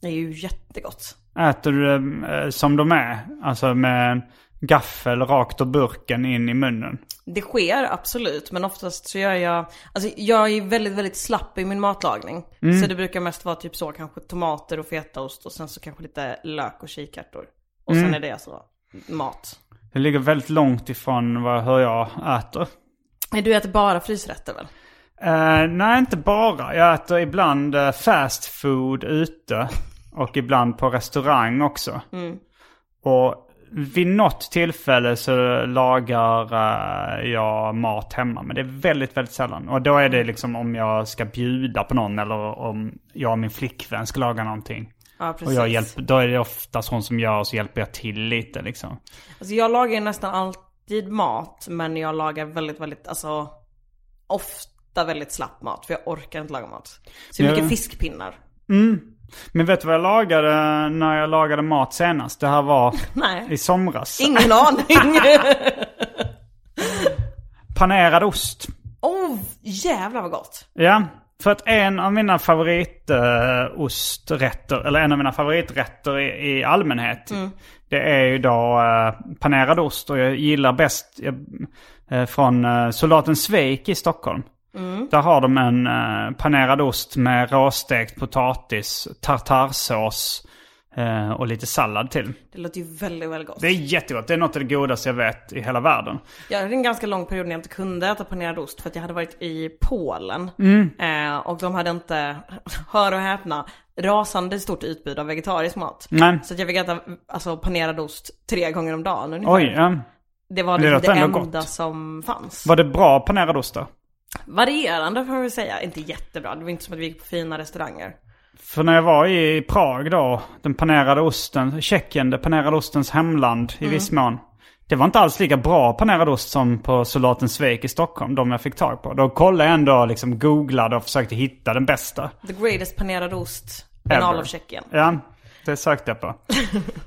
B: Det är ju jättegott.
A: Äter du dem eh, som de är? Alltså med en gaffel rakt ur burken in i munnen?
B: Det sker absolut, men oftast så gör jag, alltså jag är väldigt, väldigt slapp i min matlagning.
A: Mm.
B: Så det brukar mest vara typ så, kanske tomater och fetaost och sen så kanske lite lök och kikärtor. Och
A: Mm.
B: sen är det alltså mat.
A: Det ligger väldigt långt ifrån vad, hur jag äter.
B: Nej, Du äter bara frysrätter väl?
A: Eh, nej, inte bara. Jag äter ibland eh, fast food ute och ibland på restaurang också. Och vid något tillfälle så lagar eh, jag mat hemma. Men det är väldigt, väldigt sällan. Och då är det liksom om jag ska bjuda på någon eller om jag och min flickvän ska laga någonting.
B: Ja, precis.
A: Och jag hjälper, då är det oftast hon som gör och så hjälper jag till lite liksom.
B: Alltså jag lagar ju nästan alltid mat, men jag lagar väldigt, väldigt, alltså ofta väldigt slapp mat, för jag orkar inte laga mat. Så det är
A: Ja.
B: mycket fiskpinnar.
A: Men vet du vad jag lagade när jag lagade mat senast? Det här var i
B: Nej.
A: somras.
B: Ingen aning.
A: Panerad ost.
B: Åh, oh, jävlar vad gott.
A: Ja, för att en av mina favoritosträtter, eller en av mina favoriträtter i, i allmänhet, det är ju då eh, panerad ost. Och jag gillar bäst eh, eh, från eh, Soldaten Svejk i Stockholm. Där har de en eh, panerad ost med råstekt potatis, tartarsås eh, och lite sallad till.
B: Det låter ju väldigt, väldigt gott.
A: Det är jättegott. Det är något av det godaste jag vet i hela världen.
B: Jag hade en ganska lång period när jag inte kunde äta panerad ost för att jag hade varit i Polen. Eh, och de hade inte, *laughs* hör och häpna, rasande stort utbud av vegetarisk mat.
A: Nej.
B: Så att jag fick äta alltså, panerad ost tre gånger om dagen ungefär.
A: Oj, ja.
B: Det var
A: det
B: liksom
A: låter
B: det
A: ändå
B: enda
A: gott.
B: som fanns.
A: Var det bra panerad ost då?
B: Varierande får jag väl säga, inte jättebra. Det var inte som att vi gick på fina restauranger.
A: För när jag var i Prag då, den panerade osten, Tjeckien, det panerade ostens hemland i viss mån. Det var inte alls lika bra panerad ost som på Soldaten Svejk i Stockholm, de jag fick tag på. Då kollade jag ändå, liksom googlade och försökte hitta den bästa.
B: The greatest panerad ost in
A: Ever. Eh,
B: all of Tjeckien.
A: Ja, det sökte
B: *laughs*
A: jag på.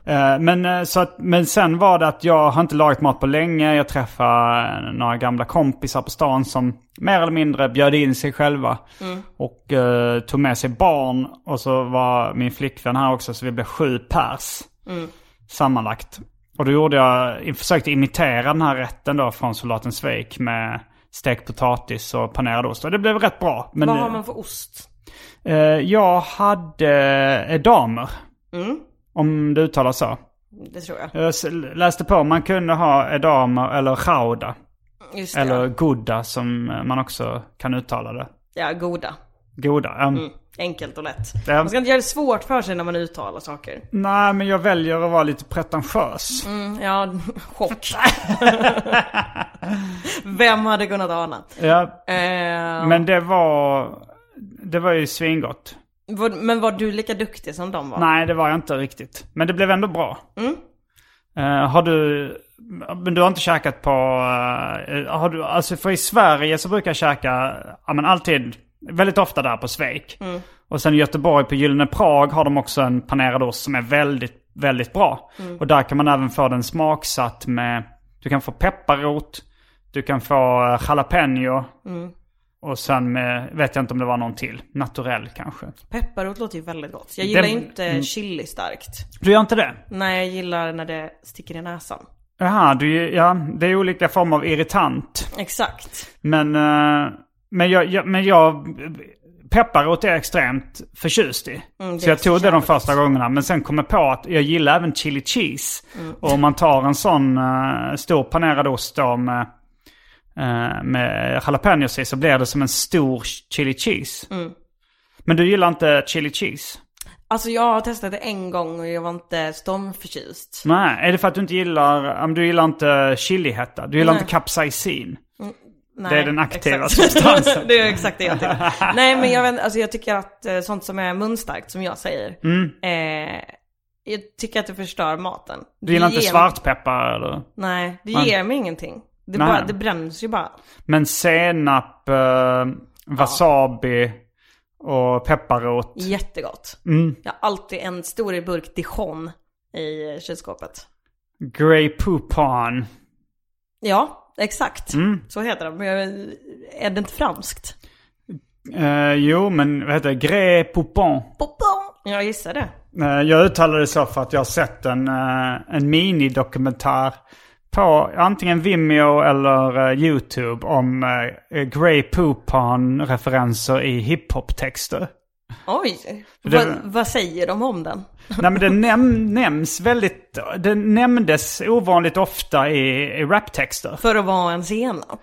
A: Eh, men, eh, så att, men sen var det att jag har inte lagat mat på länge. Jag träffade några gamla kompisar på stan som mer eller mindre bjöd in sig själva.
B: Mm.
A: Och eh, tog med sig barn. Och så var min flickvän här också så vi blev sju pers.
B: Mm.
A: Sammanlagt. Och då gjorde jag, jag försökte imitera den här rätten då från Soldaten Svejk med stekt potatis och panerad ost. Och det blev rätt bra. Men,
B: Vad har man för ost?
A: Eh, jag hade eh, damer. Om det uttalas så.
B: Det tror jag.
A: Jag s- läste på, man kunde ha edamer eller chauda.
B: Just det.
A: Eller gouda som eh, man också kan uttala det.
B: Ja, goda.
A: Gouda. ehm,
B: Enkelt och lätt.
A: Ja. Mm.
B: Man ska inte göra det svårt för sig när man uttalar saker.
A: Nej, men jag väljer att vara lite pretentiös.
B: Ja, *laughs* chock. Vem hade kunnat ana?
A: Ja,
B: Eh,
A: men det var... Det var ju svingott.
B: var- men var du lika duktig som de var?
A: Nej, det var jag inte riktigt. Men det blev ändå bra. Eh, har du... Men du har inte käkat på... eh, har du, alltså för i Sverige så brukar jag käka, ja men alltid, väldigt ofta där på Svejk. Och sen i Göteborg på Gyllene Prag har de också en panerad ost som är väldigt, väldigt bra. Och där kan man även få den smaksatt med, du kan få pepparrot, du kan få eh, jalapeno. Och sen med, vet jag inte om det var någon till, naturell kanske.
B: Pepparrot låter ju väldigt gott. Jag gillar
A: Den-
B: inte chili starkt.
A: Du gör inte det?
B: Nej, jag gillar när det sticker i näsan.
A: Jaha, du, ja, det är olika former av irritant.
B: Exakt.
A: Men, eh, men, jag, jag, men jag... Pepparrot är jag extremt förtjust i. så jag tog det de första gångerna. Men sen kom jag på att jag gillar även chili cheese. Och om man tar en sån eh, stor panerad ost då med, uh, med jalapenos i så blir det som en stor chili cheese. Men du gillar inte chili cheese?
B: Alltså jag har testat det en gång och jag var inte stormförtjust.
A: Nej, är det för att du inte gillar, om du gillar inte chilihetta? Du gillar
B: Nej.
A: inte capsaicin?
B: Nej,
A: Det är den aktiva
B: exakt. *laughs*
A: substansen.
B: det är exakt det
A: *laughs*
B: jag tycker. Nej men jag, vet, alltså jag tycker att eh, sånt som är munstarkt, som jag säger,
A: Mm.
B: eh, jag tycker att det förstör maten.
A: Du gillar inte
B: ger-
A: svartpeppar eller?
B: Nej, det
A: Nej.
B: ger mig ingenting. Det,
A: Nej.
B: bara, det bränns ju bara.
A: Men senap, eh, wasabi och pepparrot.
B: Jättegott.
A: Mm.
B: Jag har alltid en stor burk dijon i kylskåpet.
A: Grey poupon.
B: Ja, exakt.
A: Mm.
B: Så heter det. Men jag, är det inte franskt?
A: Eh, jo, men vad heter det? Grey poupon.
B: Popom! Jag gissar det.
A: Eh, jag uttalar det så för att jag har sett en, eh, en minidokumentär på antingen Vimeo eller eh, YouTube om eh, Grey poupon-referenser i hiphop-texter.
B: Oj,
A: Det-
B: vad, vad säger de om den?
A: Nej men det näm- nämns väldigt, det nämndes ovanligt ofta i, i raptexter.
B: För att vara en senap?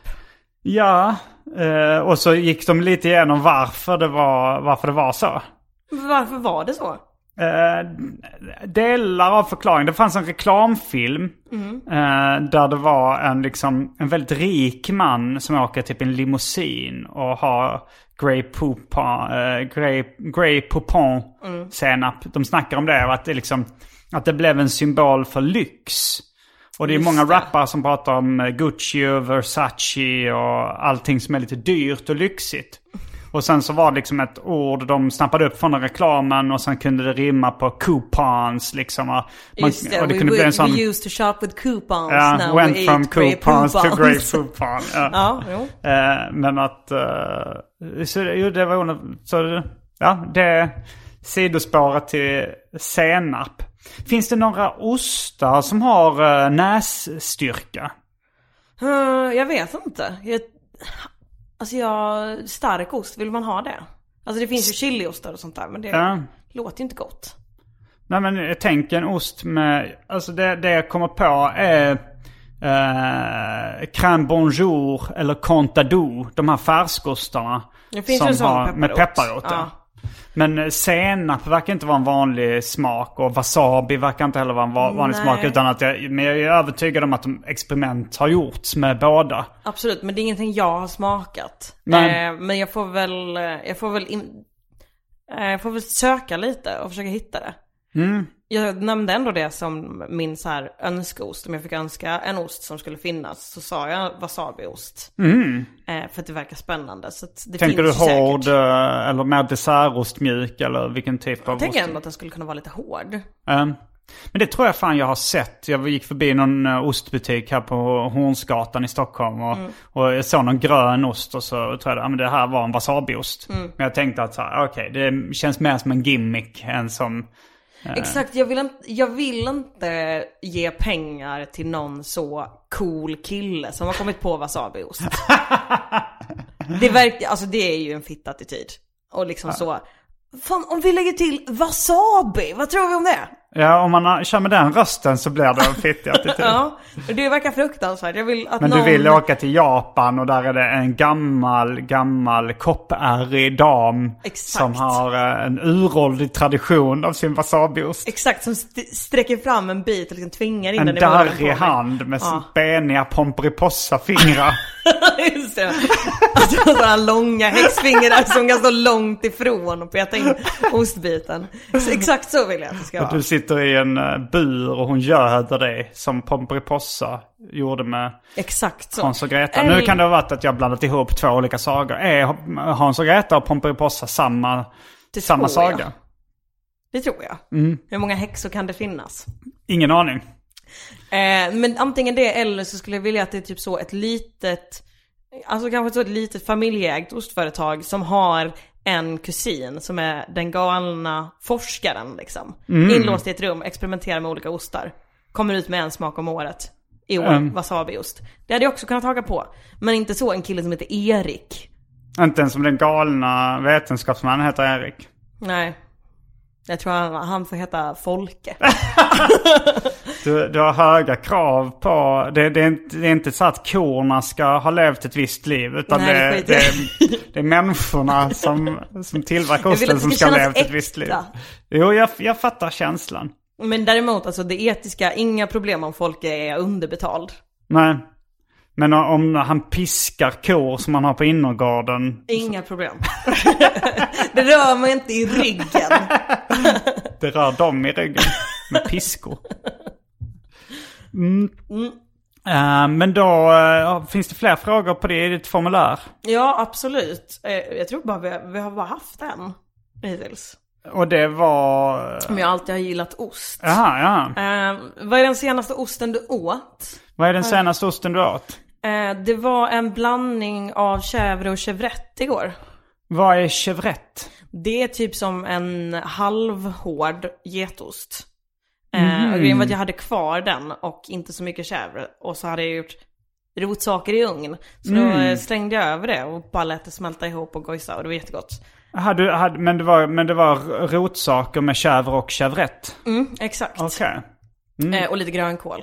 A: Ja, eh, och så gick de lite igenom varför det var, varför det var så.
B: Varför var det så?
A: Eh, delar av förklaringen. Det fanns en reklamfilm eh, där det var en, liksom, en väldigt rik man som åker typ i en limousin och har Grey Poupon, eh, Grey, Grey Poupon senap. De snackar om det och att det, liksom, att det blev en symbol för lyx. Och det är många rappare som pratar om eh, Gucci och Versace och allting som är lite dyrt och lyxigt. Och sen så var det liksom ett ord de snappade upp från den reklamen och sen kunde det rimma på coupons liksom. Och, man,
B: Just det,
A: och det
B: we,
A: kunde
B: we,
A: bli en sån...
B: we used to shop with coupons.
A: Ja,
B: now
A: went
B: we
A: from
B: eat great
A: coupons to great coupon. Ja.
B: *laughs* ja, jo.
A: Eh, men att... eh, så, det- jo, det var onö- så, Ja, det är sidospåret till senap. Finns det några ostar som har eh, nässtyrka?
B: Eh, jag vet inte. Jag, alltså jag, stark ost, vill man ha det? Alltså det finns ju chiliostar och sånt där men det
A: Ja.
B: låter ju inte gott.
A: Nej men eh, tänk en ost med... Alltså det, det jag kommer på är... Eh, crème bonjour eller contadou. De här färskostarna.
B: Det finns ju en sån
A: har- med pepparrot.
B: pepparrot.
A: ja.
B: Ja.
A: Men eh, senap verkar inte vara en vanlig smak och wasabi verkar inte heller vara en va- vanlig
B: Nej.
A: smak. Utan att jag, men jag är övertygad om att de experiment har gjorts med båda.
B: Absolut, men det är ingenting jag har smakat.
A: Nej.
B: Eh, men jag får väl, eh, jag får väl, in, eh, jag får väl söka lite och försöka hitta det.
A: Mm.
B: Jag nämnde ändå det som min så här önskeost, om jag fick önska en ost som skulle finnas så sa jag wasabiost. Eh, för att det verkar spännande. Så att det
A: Mm. Tänker du
B: finns ju
A: hård
B: Säkert.
A: eh, eller mer dessertostmjuk eller vilken typ av
B: Jag tänker
A: ost?
B: ändå att den skulle kunna vara lite hård.
A: Eh, Men det tror jag fan jag har sett. Jag gick förbi någon eh, ostbutik här på Hornsgatan i Stockholm och,
B: Mm.
A: och jag såg någon grön ost och så tror jag att ah, men det här var en wasabiost.
B: Mm.
A: Men jag tänkte att så här, "Ah, okej, det känns mer som en gimmick än som...
B: Exakt, jag vill, inte, jag vill inte ge pengar till någon så cool kille som har kommit
A: *laughs*
B: på wasabiost. det, verk, alltså det är ju en fitt attityd. Och liksom så, fan om vi lägger till wasabi, vad tror vi om det?
A: Ja, om man har- kör med den rösten så blir det en
B: *laughs*
A: fittig attityd.
B: Ja, det verkar fruktansvärt. Jag vill att
A: Men du
B: någon...
A: vill åka till Japan och där är det en gammal, gammal koppärrig dam
B: Exakt.
A: som har eh, en uråldrig tradition av sin wasabiost.
B: Exakt, som st- sträcker fram en bit och liksom tvingar in
A: En
B: den i munnen på
A: darrig
B: mig.
A: hand med
B: Ja.
A: beniga
B: *laughs*
A: Pomperipossa-fingrar.
B: Just det. Alltså sådana långa häxfingrar som kan stå långt ifrån och peta in ostbiten. Så exakt så vill jag att det ska
A: Och du
B: vara.
A: sitter i en eh, bur och hon göder dig som Pomperipossa gjorde med
B: Exakt så.
A: Hans och Greta. Nu kan det ha varit att jag blandat ihop två olika sagor. Är Hans och Greta och Pomperipossa samma,
B: Det
A: samma
B: tror jag.
A: saga? Mm.
B: Det tror jag. Hur många häxor kan det finnas?
A: Ingen aning.
B: Eh, men antingen det eller så skulle jag vilja att det är typ så ett litet, alltså kanske så ett litet familjeägt ostföretag som har en kusin som är den galna forskaren liksom.
A: Mm.
B: Inlåst i ett rum, experimenterar med olika ostar. Kommer ut med en smak om året. I år,
A: Mm.
B: wasabiost. Det hade jag också kunnat haka på. Men inte så en kille som heter Erik.
A: Inte ens som den galna vetenskapsmannen heter Erik.
B: Nej. Jag tror han, han får heta Folke.
A: Äh, Du, du har höga krav på... Det, det, är inte, det är inte så att korna ska ha levt ett visst liv. Utan
B: Nej,
A: det,
B: skit
A: det,
B: i
A: är, det är människorna som, som tillverkar
B: Jag vill
A: osten
B: att det
A: som
B: ska
A: ska ha
B: kännas
A: levt ett visst liv.
B: äkta.
A: Jo, jag, jag fattar känslan.
B: *laughs* Men däremot alltså det etiska, inga problem om Folke är underbetald.
A: Nej. Men o- om han piskar kor som han har på innergården.
B: Inga problem. *laughs* det rör mig inte i ryggen.
A: Det rör dem i ryggen med piskor. Mm. Eh, men då eh, finns det fler frågor på det i ditt formulär.
B: Ja, absolut. Eh, Jag tror bara vi, vi har bara haft en hittills.
A: Och det var...
B: Om jag alltid har gillat ost.
A: Jaha, ja.
B: Eh, vad är den senaste osten du åt?
A: Vad är den senaste osten du åt?
B: Eh, det var en blandning av chèvre och chevrette igår.
A: Vad är chevrette?
B: Det är typ som en halvhård getost.
A: Mhm.
B: Eh, och grejen var att jag hade kvar den och inte så mycket chèvre. Och så hade jag gjort rotsaker i ugn. Så
A: Mm.
B: då eh, slängde jag över det och bara lät det smälta ihop och gojsa och det var jättegott.
A: Aha, du, hade, men, det var, men det var rotsaker med chèvre och chèvrette?
B: Mm, exakt.
A: Okej.
B: Eh, och lite grönkål.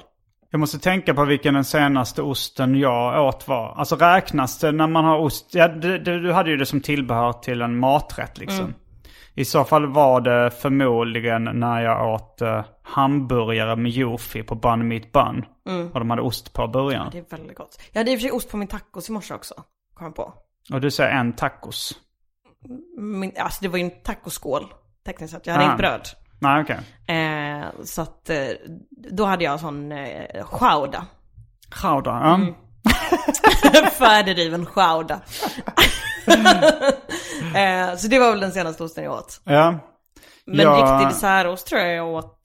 A: Jag måste tänka på vilken den senaste osten jag åt var. Alltså räknas det när man har ost? Ja, du, du du hade ju det som tillbehör till en maträtt liksom.
B: Mm.
A: I så fall var det förmodligen när jag åt eh, hamburgare med jofi på Bun Meat Bun.
B: Mm.
A: Och de hade ost på början.
B: Det är väldigt gott. Jag hade i och för sig ost på min tacos i morse också. Kom jag på.
A: Och du säger en tacos.
B: Min, alltså det var ju en tacoskål tekniskt sett. Jag hade
A: Ah.
B: inte bröd.
A: Nej okej.
B: Eh, så att eh, då hade jag sån eh, chowda.
A: Chowder. Ja.
B: Mm. *laughs* Färdigriven chowda. *laughs* Eh, så det var väl den senaste osten jag åt.
A: Ja.
B: Men
A: Ja.
B: riktig dessertost tror jag jag åt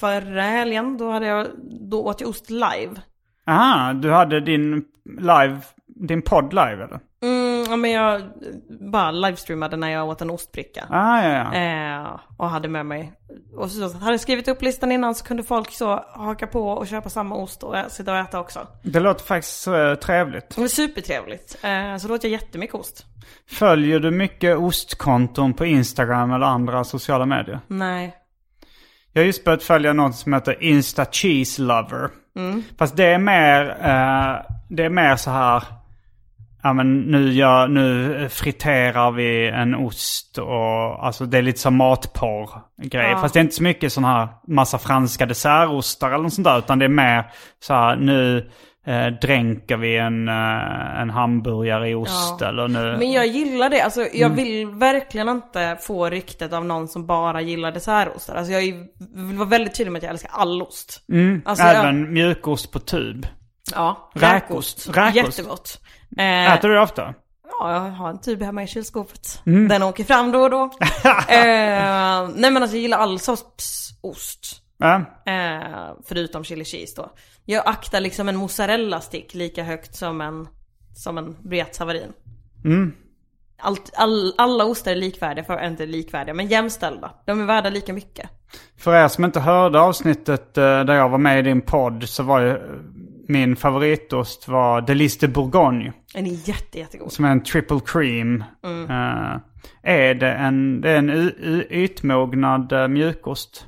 B: förra helgen. Då, hade jag, då åt jag ost live.
A: Aha, du hade din live, din podd live eller?
B: Mm, ja, men jag bara livestreamade när jag åt en ostbricka.
A: Ah, ja, ja.
B: Eh, och hade med mig. Och så hade jag skrivit upp listan innan så kunde folk så haka på och köpa samma ost och ä- sitta och äta också.
A: Det låter faktiskt eh, trevligt.
B: Det var supertrevligt. Eh, så då åt jag jättemycket ost.
A: Följer du mycket ostkonton på Instagram eller andra sociala medier?
B: Nej.
A: Jag har just börjat följa något som heter Insta Cheese Lover.
B: Mm.
A: Fast det är mer, eh, det är mer så här, ja men nu, gör, nu friterar vi en ost och alltså det är lite som matporr grej. Fast det är inte så mycket sån här massa franska dessertostar eller något sånt där. Utan det är mer så här nu eh, dränker vi en, eh, en hamburgare i ost
B: Ja.
A: eller nu.
B: Men jag gillar det. Alltså, jag
A: Mm.
B: vill verkligen inte få ryktet av någon som bara gillar dessertostar. Alltså, jag är ju- vill vara väldigt tydlig med att jag älskar all ost. Alltså,
A: Mm. Även
B: Jag,
A: mjukost på tub.
B: ja,
A: Räkost.
B: räkost.
A: Räkost.
B: Jättegott. Eh,
A: Äter du det ofta?
B: Ja, jag har en tub hemma i kylskåpet.
A: Mm.
B: Den åker fram då
A: *laughs*
B: och då. eh, nej men alltså jag gillar all sorts ost.
A: Ja.
B: Eh, förutom chili cheese då. Jag aktar liksom en mozzarella stick lika högt som en, som en briette savarin.
A: Mm.
B: Allt, all, alla ostar är likvärdiga, för, inte likvärdiga men jämställda. De är värda lika mycket.
A: För er som inte hörde avsnittet eh, där jag var med i din podd så var ju eh, min favoritost var Delice de Bourgogne.
B: Den är jätte, jättegod.
A: Som är en triple cream.
B: Mm.
A: Eh, är det en, det är en y- y- ytmognad eh, mjukost.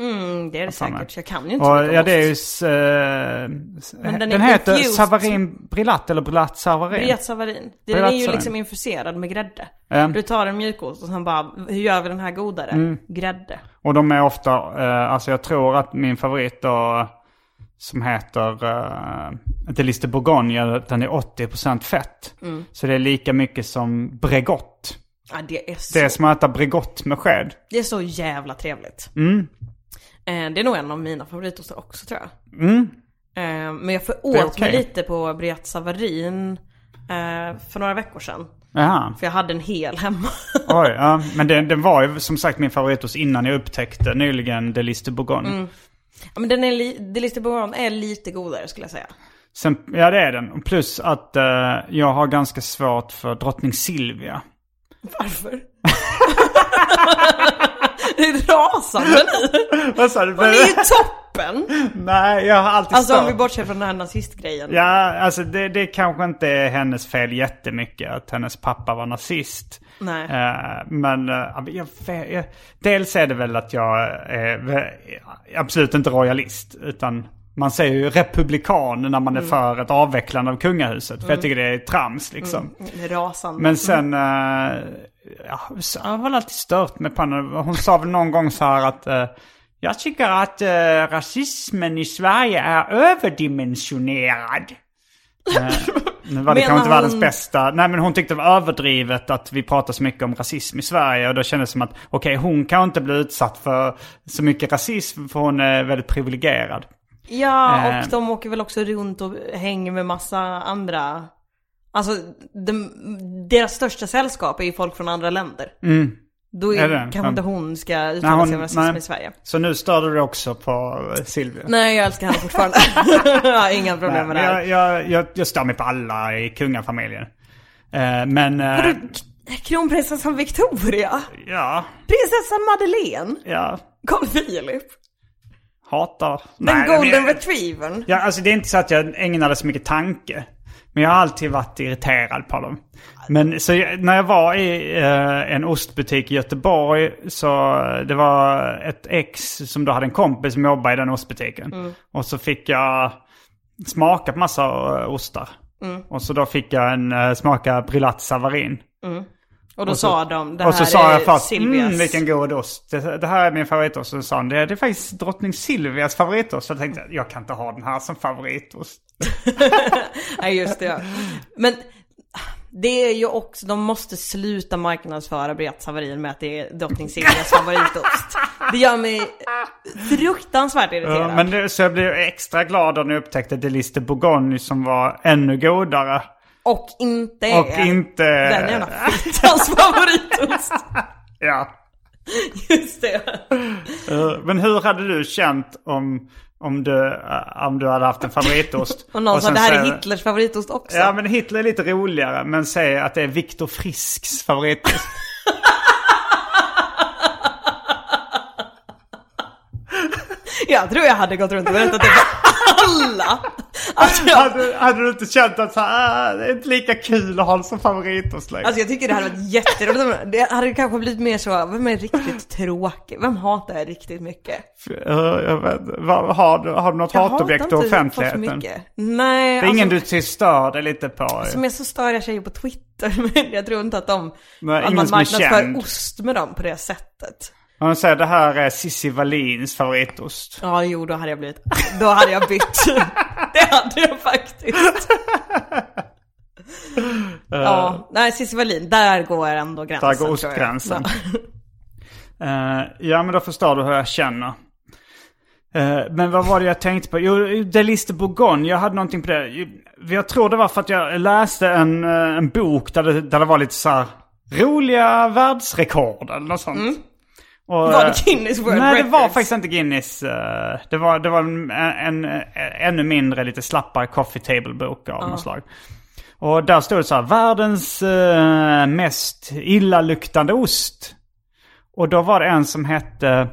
B: Mm, det är det säkert. Jag kan ju inte
A: Och,
B: mycket om
A: ja det är ju...
B: ost.
A: s- eh, s-
B: Men
A: den
B: den är
A: heter
B: infused.
A: Savarin Brillat eller Brillat Savarin.
B: Briette savarin. Den
A: Briette
B: är ju
A: Savarin.
B: liksom infuserad med grädde.
A: Mm.
B: Du tar en mjukost och sen bara, hur gör vi den här godare? Grädde.
A: Och de är ofta, eh, alltså jag tror att min favorit då, som heter eh, Delice de Bourgogne, den är 80% fett.
B: Mm.
A: Så det är lika mycket som Bregott.
B: Ja, det är så,
A: Det är som att äta Bregott med sked.
B: det är så jävla trevligt.
A: Mm.
B: Eh, det är nog en av mina favoritostar också tror jag. Eh, men jag
A: Mm. Det är
B: föråt
A: okej.
B: mig lite på Briette Savarin eh, för några veckor sedan.
A: Jaha.
B: För jag hade en hel hemma. *laughs*
A: Oj, ja. Men den, den var ju som sagt min favoritost innan jag upptäckte nyligen Delice de Bourgogne.
B: Mm. Ja, men den är, li- Delice de Bourgogne är lite godare skulle jag säga.
A: Sen, ja det är den. Och Plus att eh, jag har ganska svårt för drottning Silvia.
B: Varför? *laughs* det rasar nu.
A: Vad sa du?
B: Det är ju toppen!
A: *laughs* Nej, jag har alltid
B: Alltså om
A: stört
B: vi bortser från den här nazistgrejen.
A: Ja, alltså det, det kanske inte är hennes fel jättemycket att hennes pappa var nazist.
B: Nej.
A: Eh, men eh, jag, vet- jag, dels är det väl att jag är vä- absolut inte royalist. Utan man säger ju republikan när man är för ett avvecklande av kungahuset. För jag tycker det är trams liksom.
B: Det är Rasande.
A: Men sen, eh, ja, så jag har väl alltid stört mig på henne. Hon sa väl någon gång så här att eh, jag tycker att uh, rasismen i Sverige är
B: *laughs*
A: överdimensionerad. Eh, Nu var det
B: Menar
A: kanske inte världens
B: hon-
A: bästa. Nej men hon tyckte det var överdrivet att vi pratar så mycket om rasism i Sverige. Och då kändes det som att okej hon kan inte bli utsatt för så mycket rasism för hon är väldigt privilegierad.
B: Ja,
A: Eh.
B: och de åker väl också runt och hänger med massa andra. Alltså, de, deras största sällskap är ju folk från andra länder. Då är,
A: Mm. Är det?
B: kanske
A: Ja.
B: inte hon ska
A: Nej,
B: uttala
A: hon-
B: sig om rasism
A: nej.
B: i Sverige.
A: Så nu störde du också på eh, Silvia.
B: Nej, jag älskar henne fortfarande. *laughs* jag har inga problem med det
A: Nej,
B: här.
A: jag, jag, jag, jag stör mig på alla i kungafamiljen. Eh, men... eh,
B: Kronprinsessan Victoria?
A: ja,
B: Prinsessan Madeleine?
A: jag
B: Carl Philip?
A: hatar...
B: Den
A: Nej, men
B: golden
A: jag,
B: retrievern?
A: ja, alltså det är inte så att jag ägnade så mycket tanke. Men jag har alltid varit irriterad på dem. Men så jag, när jag var i eh, en ostbutik i Göteborg så eh, det var ett ex som då hade en kompis som jobbade i den ostbutiken.
B: Mm.
A: Och så fick jag smaka på massa eh, ostar.
B: Mm.
A: Och så då fick jag en eh, smaka Brillat Savarin.
B: Och då sa de, det här
A: och så sa
B: är
A: jag först,
B: Silvias...
A: mm, vilken god ost. Det, det här är min favoritost. Och så sa hon, det, det är faktiskt drottning Silvias favoritost. Så jag tänkte, jag kan inte ha den här som favoritost.
B: Nej just det ja. Men det är ju också, de måste sluta marknadsföra Briette Savarin med att det är drottning Silvias favoritost. Det gör mig fruktansvärt irriterad.
A: Ja, Eh, men det, så jag blev extra glad när jag upptäckte Delice de Bourgogne som var ännu godare.
B: Och inte
A: Och
B: är
A: inte-
B: den jävla fittans favoritost.
A: Ja.
B: Just det.
A: Eh, Men hur hade du känt om, om, du, eh, om du hade haft
B: *laughs*
A: en favoritost?
B: Och någon sa
A: sen
B: det här
A: säger-
B: är Hitlers favoritost också.
A: Ja men Hitler är lite roligare men säger att det är Viktor Frisks
B: *laughs*
A: favoritost.
B: Jag tror jag hade gått runt och berättat det för alla. Alltså jag,
A: hade, hade du inte känt att så här, "Ah, det är inte lika kul att ha en som favoritost längre?
B: alltså jag tycker det hade varit jätteroligt. om- Det hade kanske blivit mer så, vem är riktigt tråkig? Vem hatar jag riktigt mycket?
A: Eh, jag vet, vad, har, du, har du något
B: Jag
A: hatobjekt i
B: hatar inte folk så
A: offentligheten? Det
B: mycket. Alltså- Nej,
A: är ingen du till stör dig lite på.
B: Som är så stör jag tjejer på Twitter, *laughs* men jag tror inte att de...
A: Nej,
B: att
A: ingen
B: man
A: som är
B: marknadsför
A: känd.
B: ost med dem på det sättet.
A: Om jag säger det här är Cissi Wallins favoritost.
B: Ja, jo, då hade jag blivit... Då hade
A: *laughs*
B: jag bytt. det hade jag faktiskt. ja, nej, Cissi Wallin, där går ändå gränsen.
A: Eh. Där går
B: tror jag. *laughs*
A: ostgränsen.
B: Ja.
A: Eh, ja men då förstår du hur jag känner. Eh, men vad var det jag tänkte på? Jo, Deliste Bourgogne. Jag hade någonting på det. Jag tror det var för att jag läste en, eh, en bok där det, där det var lite så här roliga världsrekord eller något sånt. Och,
B: Mm. Var det
A: eh,
B: Guinness World
A: Nej, det var
B: Records?
A: faktiskt inte Guinness. eh, Det var, det var en, en, en ännu mindre, lite slappare coffee table-bok av något slag. Och där stod det så här, världens eh, mest illaluktande ost. Och då var det en som hette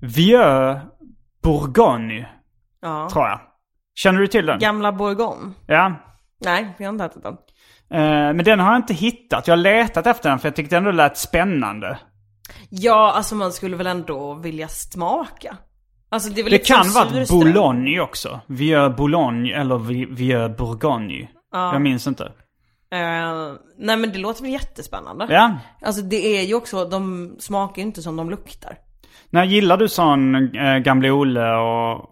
A: Vieux Bourgogne,
B: Ja.
A: tror jag. Känner du till den?
B: Gamla Bourgogne.
A: Ja.
B: Nej, vi har inte ätit den.
A: Eh, Men den har jag inte hittat. Jag har letat efter den för jag tyckte ändå det lät spännande.
B: Ja, alltså man skulle väl ändå vilja smaka. Alltså det är väl
A: Det
B: liksom
A: kan vara
B: surström.
A: Boulogne också. Vieux Boulogne eller Vi- Vieux Bourgogne. Jag minns inte.
B: Eh, nej men det låter väl jättespännande.
A: Ja.
B: Alltså det är ju också, de smakar ju inte som de luktar.
A: När gillar du sån eh, Gamle Olle och,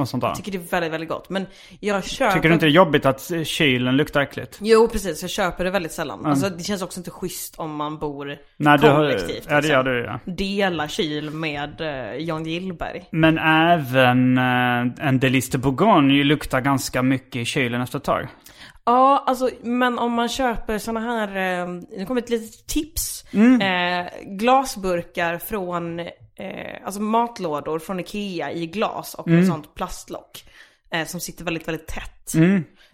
A: och sånt där?
B: Jag Mm. tycker det är väldigt, väldigt gott. Men jag köper...
A: Tycker du inte det är jobbigt att eh, kylen luktar äckligt?
B: Jo precis, jag köper det väldigt sällan. Alltså det känns också inte schysst om man bor
A: Mm. Nej, du har-
B: kollektivt.
A: ja, det gör
B: liksom.
A: du, ja.
B: Dela kyl med eh, Jan Gillberg.
A: Men även eh, en Deliste Bourgogne luktar ganska mycket i kylen efter ett tag.
B: Ja, alltså, men om man köper såna här, eh, nu kommer ett litet tips. Eh, glasburkar från, eh, alltså matlådor från Ikea i glas och ett sånt plastlock. Eh, som sitter väldigt, väldigt tätt.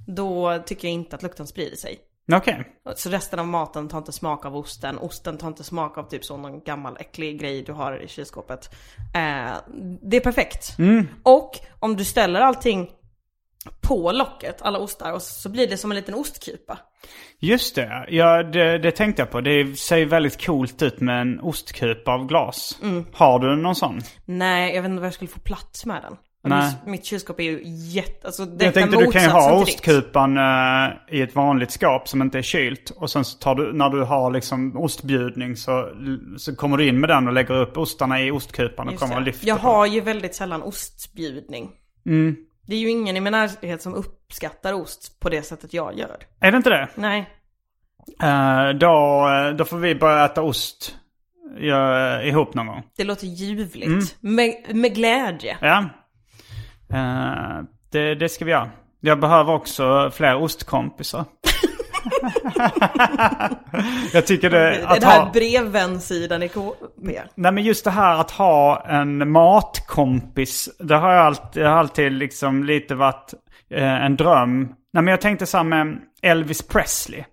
B: Då tycker jag inte att lukten sprider sig.
A: Okej.
B: Så resten av maten tar inte smak av osten, osten tar inte smak av typ sån någon gammal äcklig grej du har i kylskåpet. Eh, det är perfekt.
A: Mm.
B: Och om du ställer allting på locket, alla ostar, och så blir det som en liten ostkupa.
A: Just det. Ja, det, det tänkte jag på. Det ser ju väldigt coolt ut med en ostkupa av glas.
B: Mm.
A: Har du någon sån?
B: Nej, jag vet inte var jag skulle få plats med den.
A: Nej.
B: Mitt- Mitt kylskåp är ju jätte... Alltså, det
A: Jag
B: är
A: tänkte du kan ju ha
B: motsatsen till ditt.
A: ostkupan eh, i ett vanligt skåp som inte är kylt. Och sen så tar du, när du har liksom ostbjudning så, så kommer du in med den och lägger upp ostarna i ostkupan och
B: Just
A: kommer
B: det.
A: och lyfter
B: Jag
A: på Mm.
B: har ju väldigt sällan ostbjudning. Det är ju ingen i min närhet som uppskattar ost på det sättet jag gör.
A: den. Är det inte det?
B: Nej.
A: Eh, då, eh, då får vi börja äta ost ja, eh, ihop någon gång.
B: Det låter ljuvligt.
A: Mm.
B: Med, med glädje.
A: Ja. Eh, det, det ska vi göra. Jag behöver också fler
B: *laughs*
A: ostkompisar. jag tycker det...
B: Det
A: Eh, Att
B: det här
A: ha,
B: ha... brevvänsidan i KP.
A: nej men just det här att ha en matkompis. Det har jag alltid, har alltid liksom lite varit eh, en dröm. Nej men jag tänkte så här med Elvis Presley.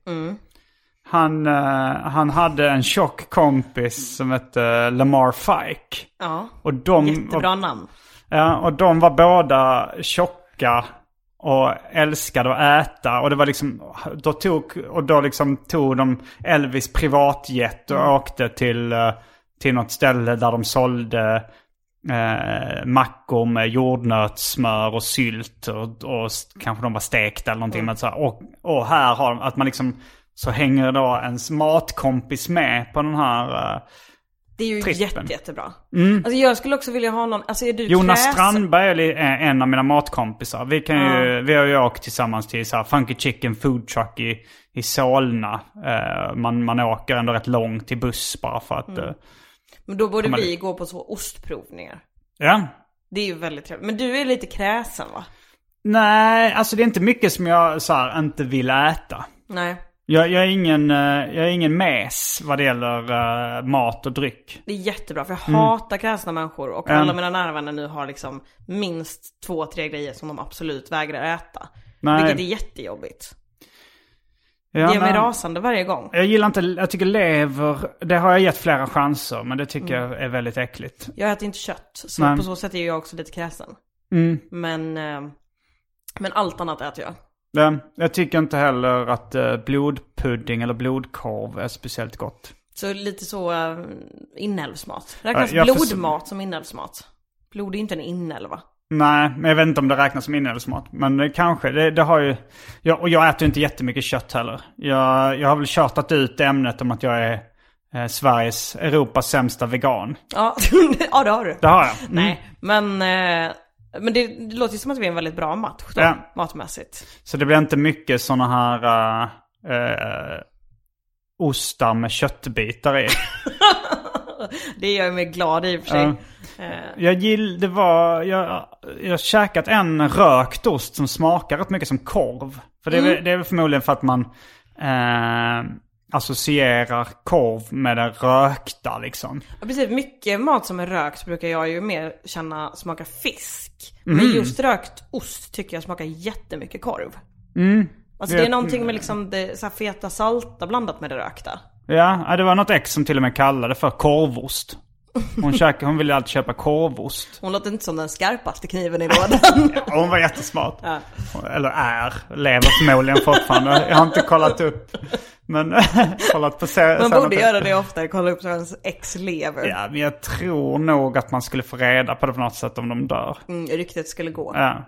A: Han, eh, han hade en tjock kompis som hette Lamar Fike.
B: Ja.
A: Och de,
B: Jättebra namn.
A: Ja, och de var båda tjocka och älskade att äta. Och det var liksom, då tog, och då liksom tog de Elvis privatjet och åkte till, eh, till något ställe där de sålde eh, mackor med jordnötssmör och sylt och, och s- kanske de var stekta eller någonting. Men så här, och, och här har de, att man liksom, så hänger då ens matkompis med på den här... eh,
B: Det är ju
A: Trippen.
B: jätte, jättebra. Alltså jag skulle också vilja ha någon, alltså är du
A: Mm. Jonas
B: kräsen?
A: Strandberg är li- är en av mina matkompisar. Vi, kan ju, vi har ju åkt tillsammans till så här Funky Chicken Food Truck i, i Solna. Eh, man, man åker ändå rätt långt till buss bara för att... eh,
B: Men då borde
A: Kommer
B: vi gå på så ostprovningar.
A: ja.
B: Det är ju väldigt trevligt. Men du är lite kräsen va?
A: Nej, alltså det är inte mycket som jag så här, inte vill äta.
B: Nej.
A: Jag, jag, är ingen, eh, jag är ingen mes vad det gäller eh, mat och dryck.
B: Det är jättebra för jag
A: Mm.
B: hatar kräsna människor och alla mina nära vänner nu har liksom minst två, tre grejer som de absolut vägrar äta.
A: Nej.
B: Vilket är jättejobbigt.
A: Ja,
B: det gör mig
A: nej.
B: rasande varje gång.
A: Jag gillar inte, jag tycker lever, det har jag gett flera chanser men det tycker jag är väldigt äckligt.
B: Jag äter inte kött, så
A: Nej.
B: på så sätt är jag också lite kräsen.
A: Mm.
B: Men, eh, men allt annat äter jag.
A: Men Ehm, Jag tycker inte heller att eh, blodpudding eller blodkorv är speciellt gott.
B: Så lite så eh, inälvsmat. Räknas
A: Ja, jag förs-
B: blodmat som inälvsmat? Blod är inte en inälva.
A: Nej, men jag vet inte om det räknas som inälvsmat. Men eh, kanske, det, det har ju... Jag, och jag äter ju inte jättemycket kött heller. Jag, jag har väl tjatat ut ämnet om att jag är eh, Sveriges, Europas sämsta vegan.
B: Ja, *laughs* ja det har du.
A: Det har jag. Mm.
B: Nej, men, eh, men det, det låter ju som att vi är en väldigt bra match då,
A: Ja.
B: matmässigt.
A: Så det blir inte mycket sådana här eh, eh, ostar med köttbitar i.
B: Det gör mig glad i och för sig.
A: Jag gill, det var, jag, jag har käkat en rökt ost som smakar rätt mycket som korv. För det är,
B: Mm.
A: väl- det är väl förmodligen för att man eh, associerar korv med det rökta liksom.
B: Ja, precis, mycket mat som är rökt brukar jag ju mer känna smaka fisk.
A: Mm.
B: Men just rökt ost tycker jag smakar jättemycket korv.
A: Mm.
B: Alltså det är
A: Jag-
B: någonting med liksom det så här feta salta blandat med det rökta.
A: Ja, ja, det var något ex som till och med kallade det för korvost.
B: *laughs*
A: Hon, käkade, hon ville alltid köpa korvost.
B: Hon låter inte som den skarpaste kniven i lådan.
A: *laughs* Ja, Hon var jättesmart. Eller är. Lever förmodligen fortfarande. Jag har inte kollat upp. Men *laughs* kollat på se-
B: Man
A: sen-
B: borde göra det oftare, kolla upp så ens ex lever.
A: typ. Ja, men jag tror nog att man skulle få reda på det på något sätt om de dör.
B: Mm, ryktet skulle gå.
A: Ja.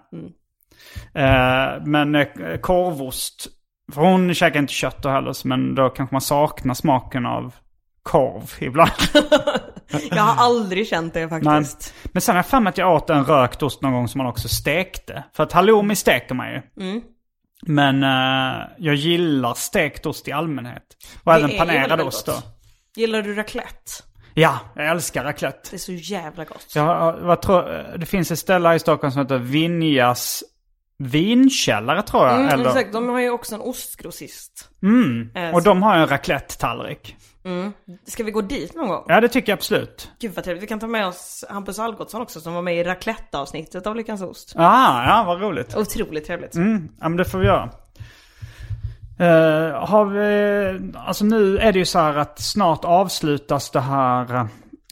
A: Eh, men eh, korvost. För hon käkar inte kött då heller, så- men då kanske man saknar smaken av korv ibland. *laughs*
B: Jag har aldrig känt det
A: men,
B: faktiskt.
A: men sen har jag för mig att jag åt en rökt ost någon gång som man också stekte. För att halloumi steker man ju.
B: Mm.
A: Men eh, jag gillar stekt ost i allmänhet. Och
B: Det är
A: även panerad
B: jävligt
A: ost då.
B: gott. Gillar du raclette?
A: Ja, jag älskar raclette.
B: Det är så jävla gott.
A: Jag, har- vad tror, det finns ett ställe här i Stockholm som heter Vinjas vinkällare tror jag.
B: Mm,
A: eller, Mm.
B: exakt, de har ju också en ostgrossist. Eh,
A: Och de har en raclette-tallrik.
B: Ska vi gå dit någon gång?
A: Ja, det tycker jag absolut.
B: Gud vad trevligt, vi kan ta med oss Hampus Algotsson också som var med i raclette-avsnittet av Lyckans Ost.
A: Ah, ja, vad roligt.
B: Otroligt trevligt.
A: Mm, Ja, men det får vi göra. Eh, har vi, alltså nu är det ju så här att snart avslutas det här. eh,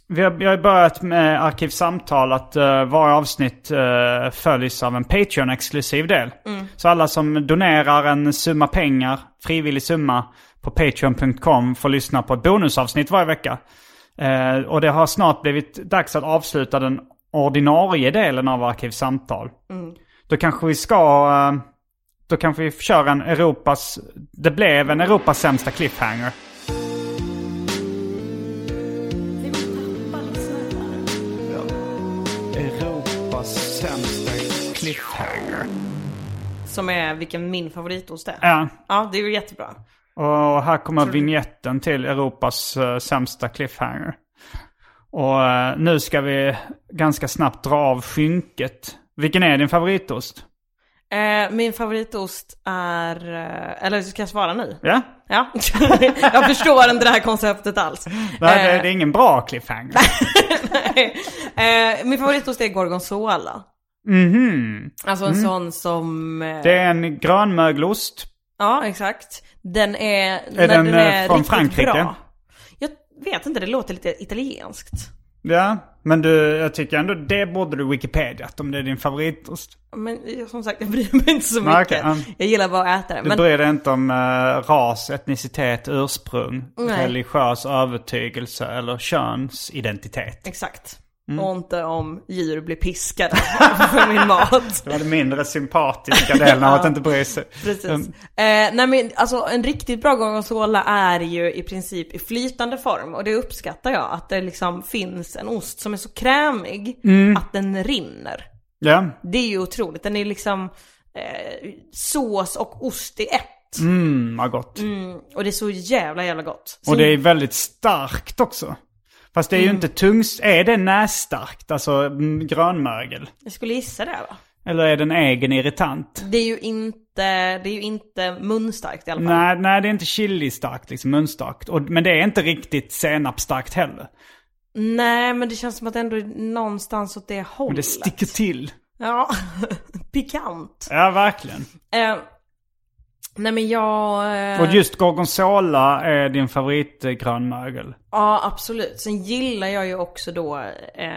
A: Vi har, vi har ju börjat med Arkivsamtal att uh, varje avsnitt eh, följs av en Patreon-exklusiv del. Så alla som donerar en summa pengar, frivillig summa, på patreon.com får lyssna på ett bonusavsnitt varje vecka. Eh, och det har snart blivit dags att avsluta den ordinarie delen av Arkivsamtal. Då kanske vi ska... eh, Då kanske vi kör en Europas... Det blev en Europas sämsta cliffhanger. Europas sämsta cliffhanger.
B: Som är vilken min favoritost är.
A: Ja,
B: Ja, det är ju jättebra.
A: och här kommer vignetten till Europas eh, sämsta cliffhanger. Och eh, nu ska vi ganska snabbt dra av skynket. Vilken är din favoritost?
B: Eh, min favoritost är... eh, Eller ska jag svara nu?
A: Ja?
B: Ja. *laughs* jag förstår inte det här konceptet alls.
A: Det, det, det är ingen bra cliffhanger. *laughs*
B: Eh, min favoritost är gorgonzola.
A: Mhm.
B: Alltså en sån som... eh,
A: Det är en grönmögelost.
B: Ja, exakt. Den är...
A: Är
B: när
A: den,
B: är
A: eh, från
B: riktigt
A: Frankrike?
B: Bra. Jag vet inte, det låter lite italienskt.
A: Ja, men du, jag tycker ändå det borde du Wikipedia om det är din favoritost.
B: Men eh, som sagt, jag bryr mig inte så
A: Nej,
B: mycket.
A: okej, ja.
B: Jag gillar bara att äta det.
A: Du
B: Men
A: bryr dig inte om eh, ras, etnicitet, ursprung,
B: Nej.
A: religiös övertygelse eller könsidentitet.
B: exakt.
A: Mm.
B: Och inte om djur blir piskade *laughs* för min mat.
A: Det var den mindre sympatiska delen av att inte bry sig.
B: Precis.
A: Um,
B: Eh, nej men alltså en riktigt bra gorgonzola är ju i princip i flytande form och det uppskattar jag att det liksom finns en ost som är så krämig
A: Mm.
B: att den rinner.
A: Ja,
B: Det är ju otroligt, den är liksom eh, sås och ost i ett.
A: mm, vad gott.
B: Och det är så jävla jävla gott. Så
A: Och det är väldigt starkt också. Fast det är ju inte tungs... Är det nässtarkt? Alltså mm, grönmögel?
B: Jag skulle gissa det va?
A: Eller är den egen irritant?
B: Det är ju inte, det är ju inte munstarkt i alla fall.
A: Nej, nej, det är inte chilistarkt, liksom munstarkt. Och, men det är inte riktigt senapsstarkt heller.
B: Nej, men det känns som att det ändå är någonstans åt det hållet.
A: Men det sticker till.
B: Ja, *laughs* pikant.
A: Ja, verkligen.
B: Eh, nej men jag... Eh,
A: Och just gorgonzola är din favoritgrönmögel.
B: Ja, absolut. Sen gillar jag ju också då eh,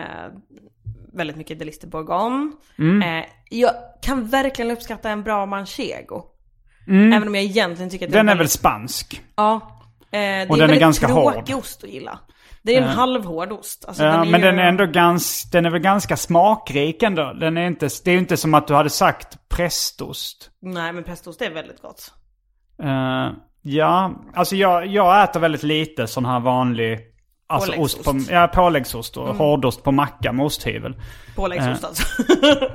B: väldigt mycket Delister Bourgogne.
A: Mm.
B: Eh, jag kan verkligen uppskatta en bra manchego. Även om jag egentligen tycker att
A: Mm. Den är väl
B: väldigt-
A: spansk?
B: Ja. Eh, det är
A: den är
B: väldigt
A: ganska
B: tråkig
A: hård.
B: ost att gilla. Det är en halvhård ost. Alltså,
A: Ja, men
B: ju-
A: den är ändå ganska, den är väl ganska smakrik ändå. Den är inte, det är ju inte som att du hade sagt prästost.
B: Nej men prästost är väldigt gott.
A: Eh, ja, alltså jag, jag äter väldigt lite sån här vanlig... Alltså ost på,
B: Påläggsost.
A: ja, påläggsost och hårdost på macka med osthyvel. Äh,
B: Påläggsost alltså.
A: *laughs*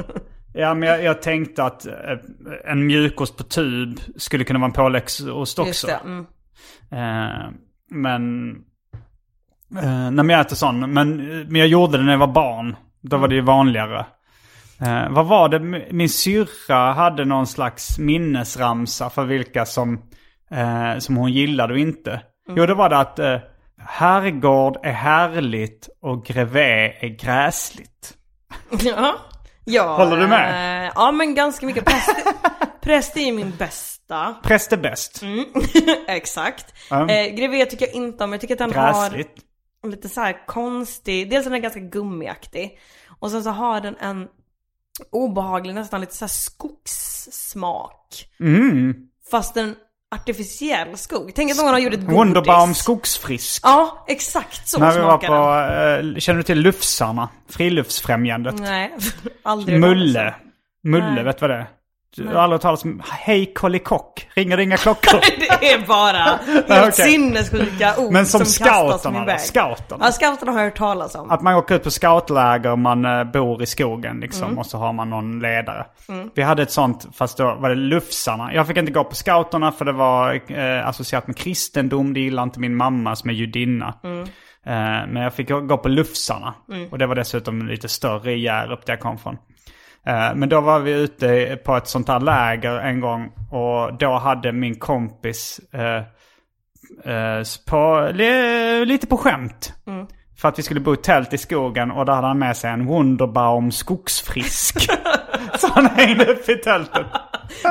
A: Ja, men jag, jag tänkte att eh, en mjukost på tub skulle kunna vara en påläggsost också.
B: Just det. Mm. *laughs*
A: Eh, men... Eh, nej, men jag äter sån. Men, men jag gjorde det när jag var barn. Då var det ju vanligare. Eh, vad var det? Min syrra hade någon slags minnesramsa för vilka som, eh, som hon gillade och inte.
B: Mm.
A: Jo, det var det att eh, herrgård är härligt och grevé är gräsligt.
B: Ja. ja.
A: Håller du med?
B: eh, Ja men ganska
A: *laughs*
B: mycket. Präst, präst är ju min bästa.
A: Präst är bäst.
B: Mm. *laughs* Exakt. Eh, Grevé tycker jag inte om. Jag tycker att den
A: Gräsligt.
B: har lite så här konstig, dels är den ganska gummiaktig. Och sen så har den en obehaglig, nästan lite så här skogssmak.
A: Mm.
B: Fast en artificiell skog. Tänk att någon har gjort ett godis.
A: Wunderbaum skogsfrisk.
B: Ja, exakt så
A: När vi var
B: smakar den.
A: på, eh, känner du till Lufsarna? Friluftsfrämjandet.
B: Nej, *laughs* aldrig. hört
A: Mulle.
B: talas om. *laughs*
A: Mulle,
B: Nej.
A: vet du vad det är? Du har aldrig hört talas om Hej Kollikock, ringer det inga
B: *laughs*
A: klockor?
B: Det
A: *laughs*
B: är bara helt
A: Okej.
B: sinnessjuka ord
A: Men som
B: kastas
A: scouterna
B: min
A: då?
B: väg.
A: Scouterna?
B: Ja, scouterna har jag hört talas om.
A: Att man åker ut på scoutläger och man eh, bor i skogen liksom och så har man någon ledare. Vi hade ett sånt, fast då var det Lufsarna. Jag fick inte gå på scouterna för det var eh, associerat med kristendom. Det gillade inte min mamma som är judinna. Eh, men jag fick gå på Lufsarna. Och det var dessutom lite större i Hjärup där jag kom från. Eh, Men då var vi ute på ett sånt här läger en gång och då hade min kompis eh, eh, på, li, lite på skämt.
B: Mm.
A: För att vi skulle bo i tält i skogen och där hade han med sig en Wunderbaum
B: *laughs*
A: skogsfrisk. Så han hängde upp i tältet.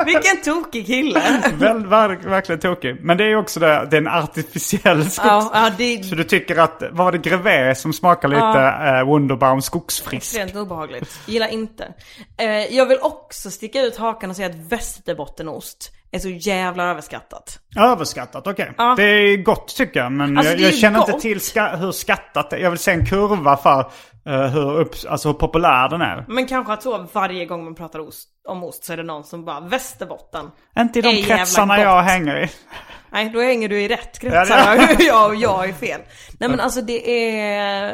B: Vilken
A: *laughs*
B: tokig kille.
A: Väl, verk, verkligen tokig. Men det är ju också det, det är en artificiell skogs...
B: ja, ja, det är
A: Så du tycker att, vad var det, grevé som smakar lite eh, Wunderbaum skogsfrisk?
B: Extremt obehagligt. Gillar inte. Eh, jag vill också sticka ut hakan och säga att västerbottenost är så jävla överskattat.
A: Överskattat, okej. Det är gott tycker jag. Men
B: Alltså,
A: jag,
B: det är
A: jag
B: ju
A: känner
B: gott.
A: inte till ska, hur skattat det är. Jag vill se en kurva för eh, hur, upp, alltså, hur populär den är.
B: Men kanske att så varje gång man pratar ost, om ost så är det någon som bara Västerbotten.
A: Inte i
B: är
A: de
B: jävla
A: kretsarna
B: gott.
A: jag hänger i.
B: Nej, då hänger du i rätt
A: Ja,
B: kretsar. *laughs* Ja, och jag är fel. Nej men alltså det är...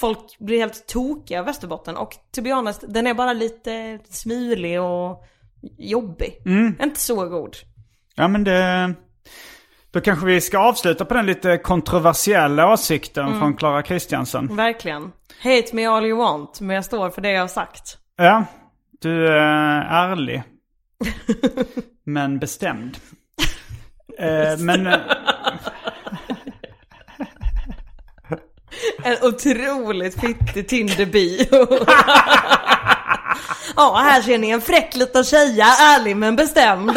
B: Folk blir helt tokiga i Västerbotten. Och to be honest, den är bara lite smulig och jobbig. Inte så god.
A: Ja men det... Då kanske vi ska avsluta på den lite kontroversiella åsikten
B: Mm.
A: från Clara Kristiansen.
B: Verkligen. Hate me all you want, men jag står för det jag har sagt.
A: Ja, du är
B: *laughs*
A: ärlig. men bestämd. Eh, men... eh,
B: En otroligt fittig Tinder-bio. *laughs* ja, här ser ni en fräck liten tjeja, ärlig men bestämd.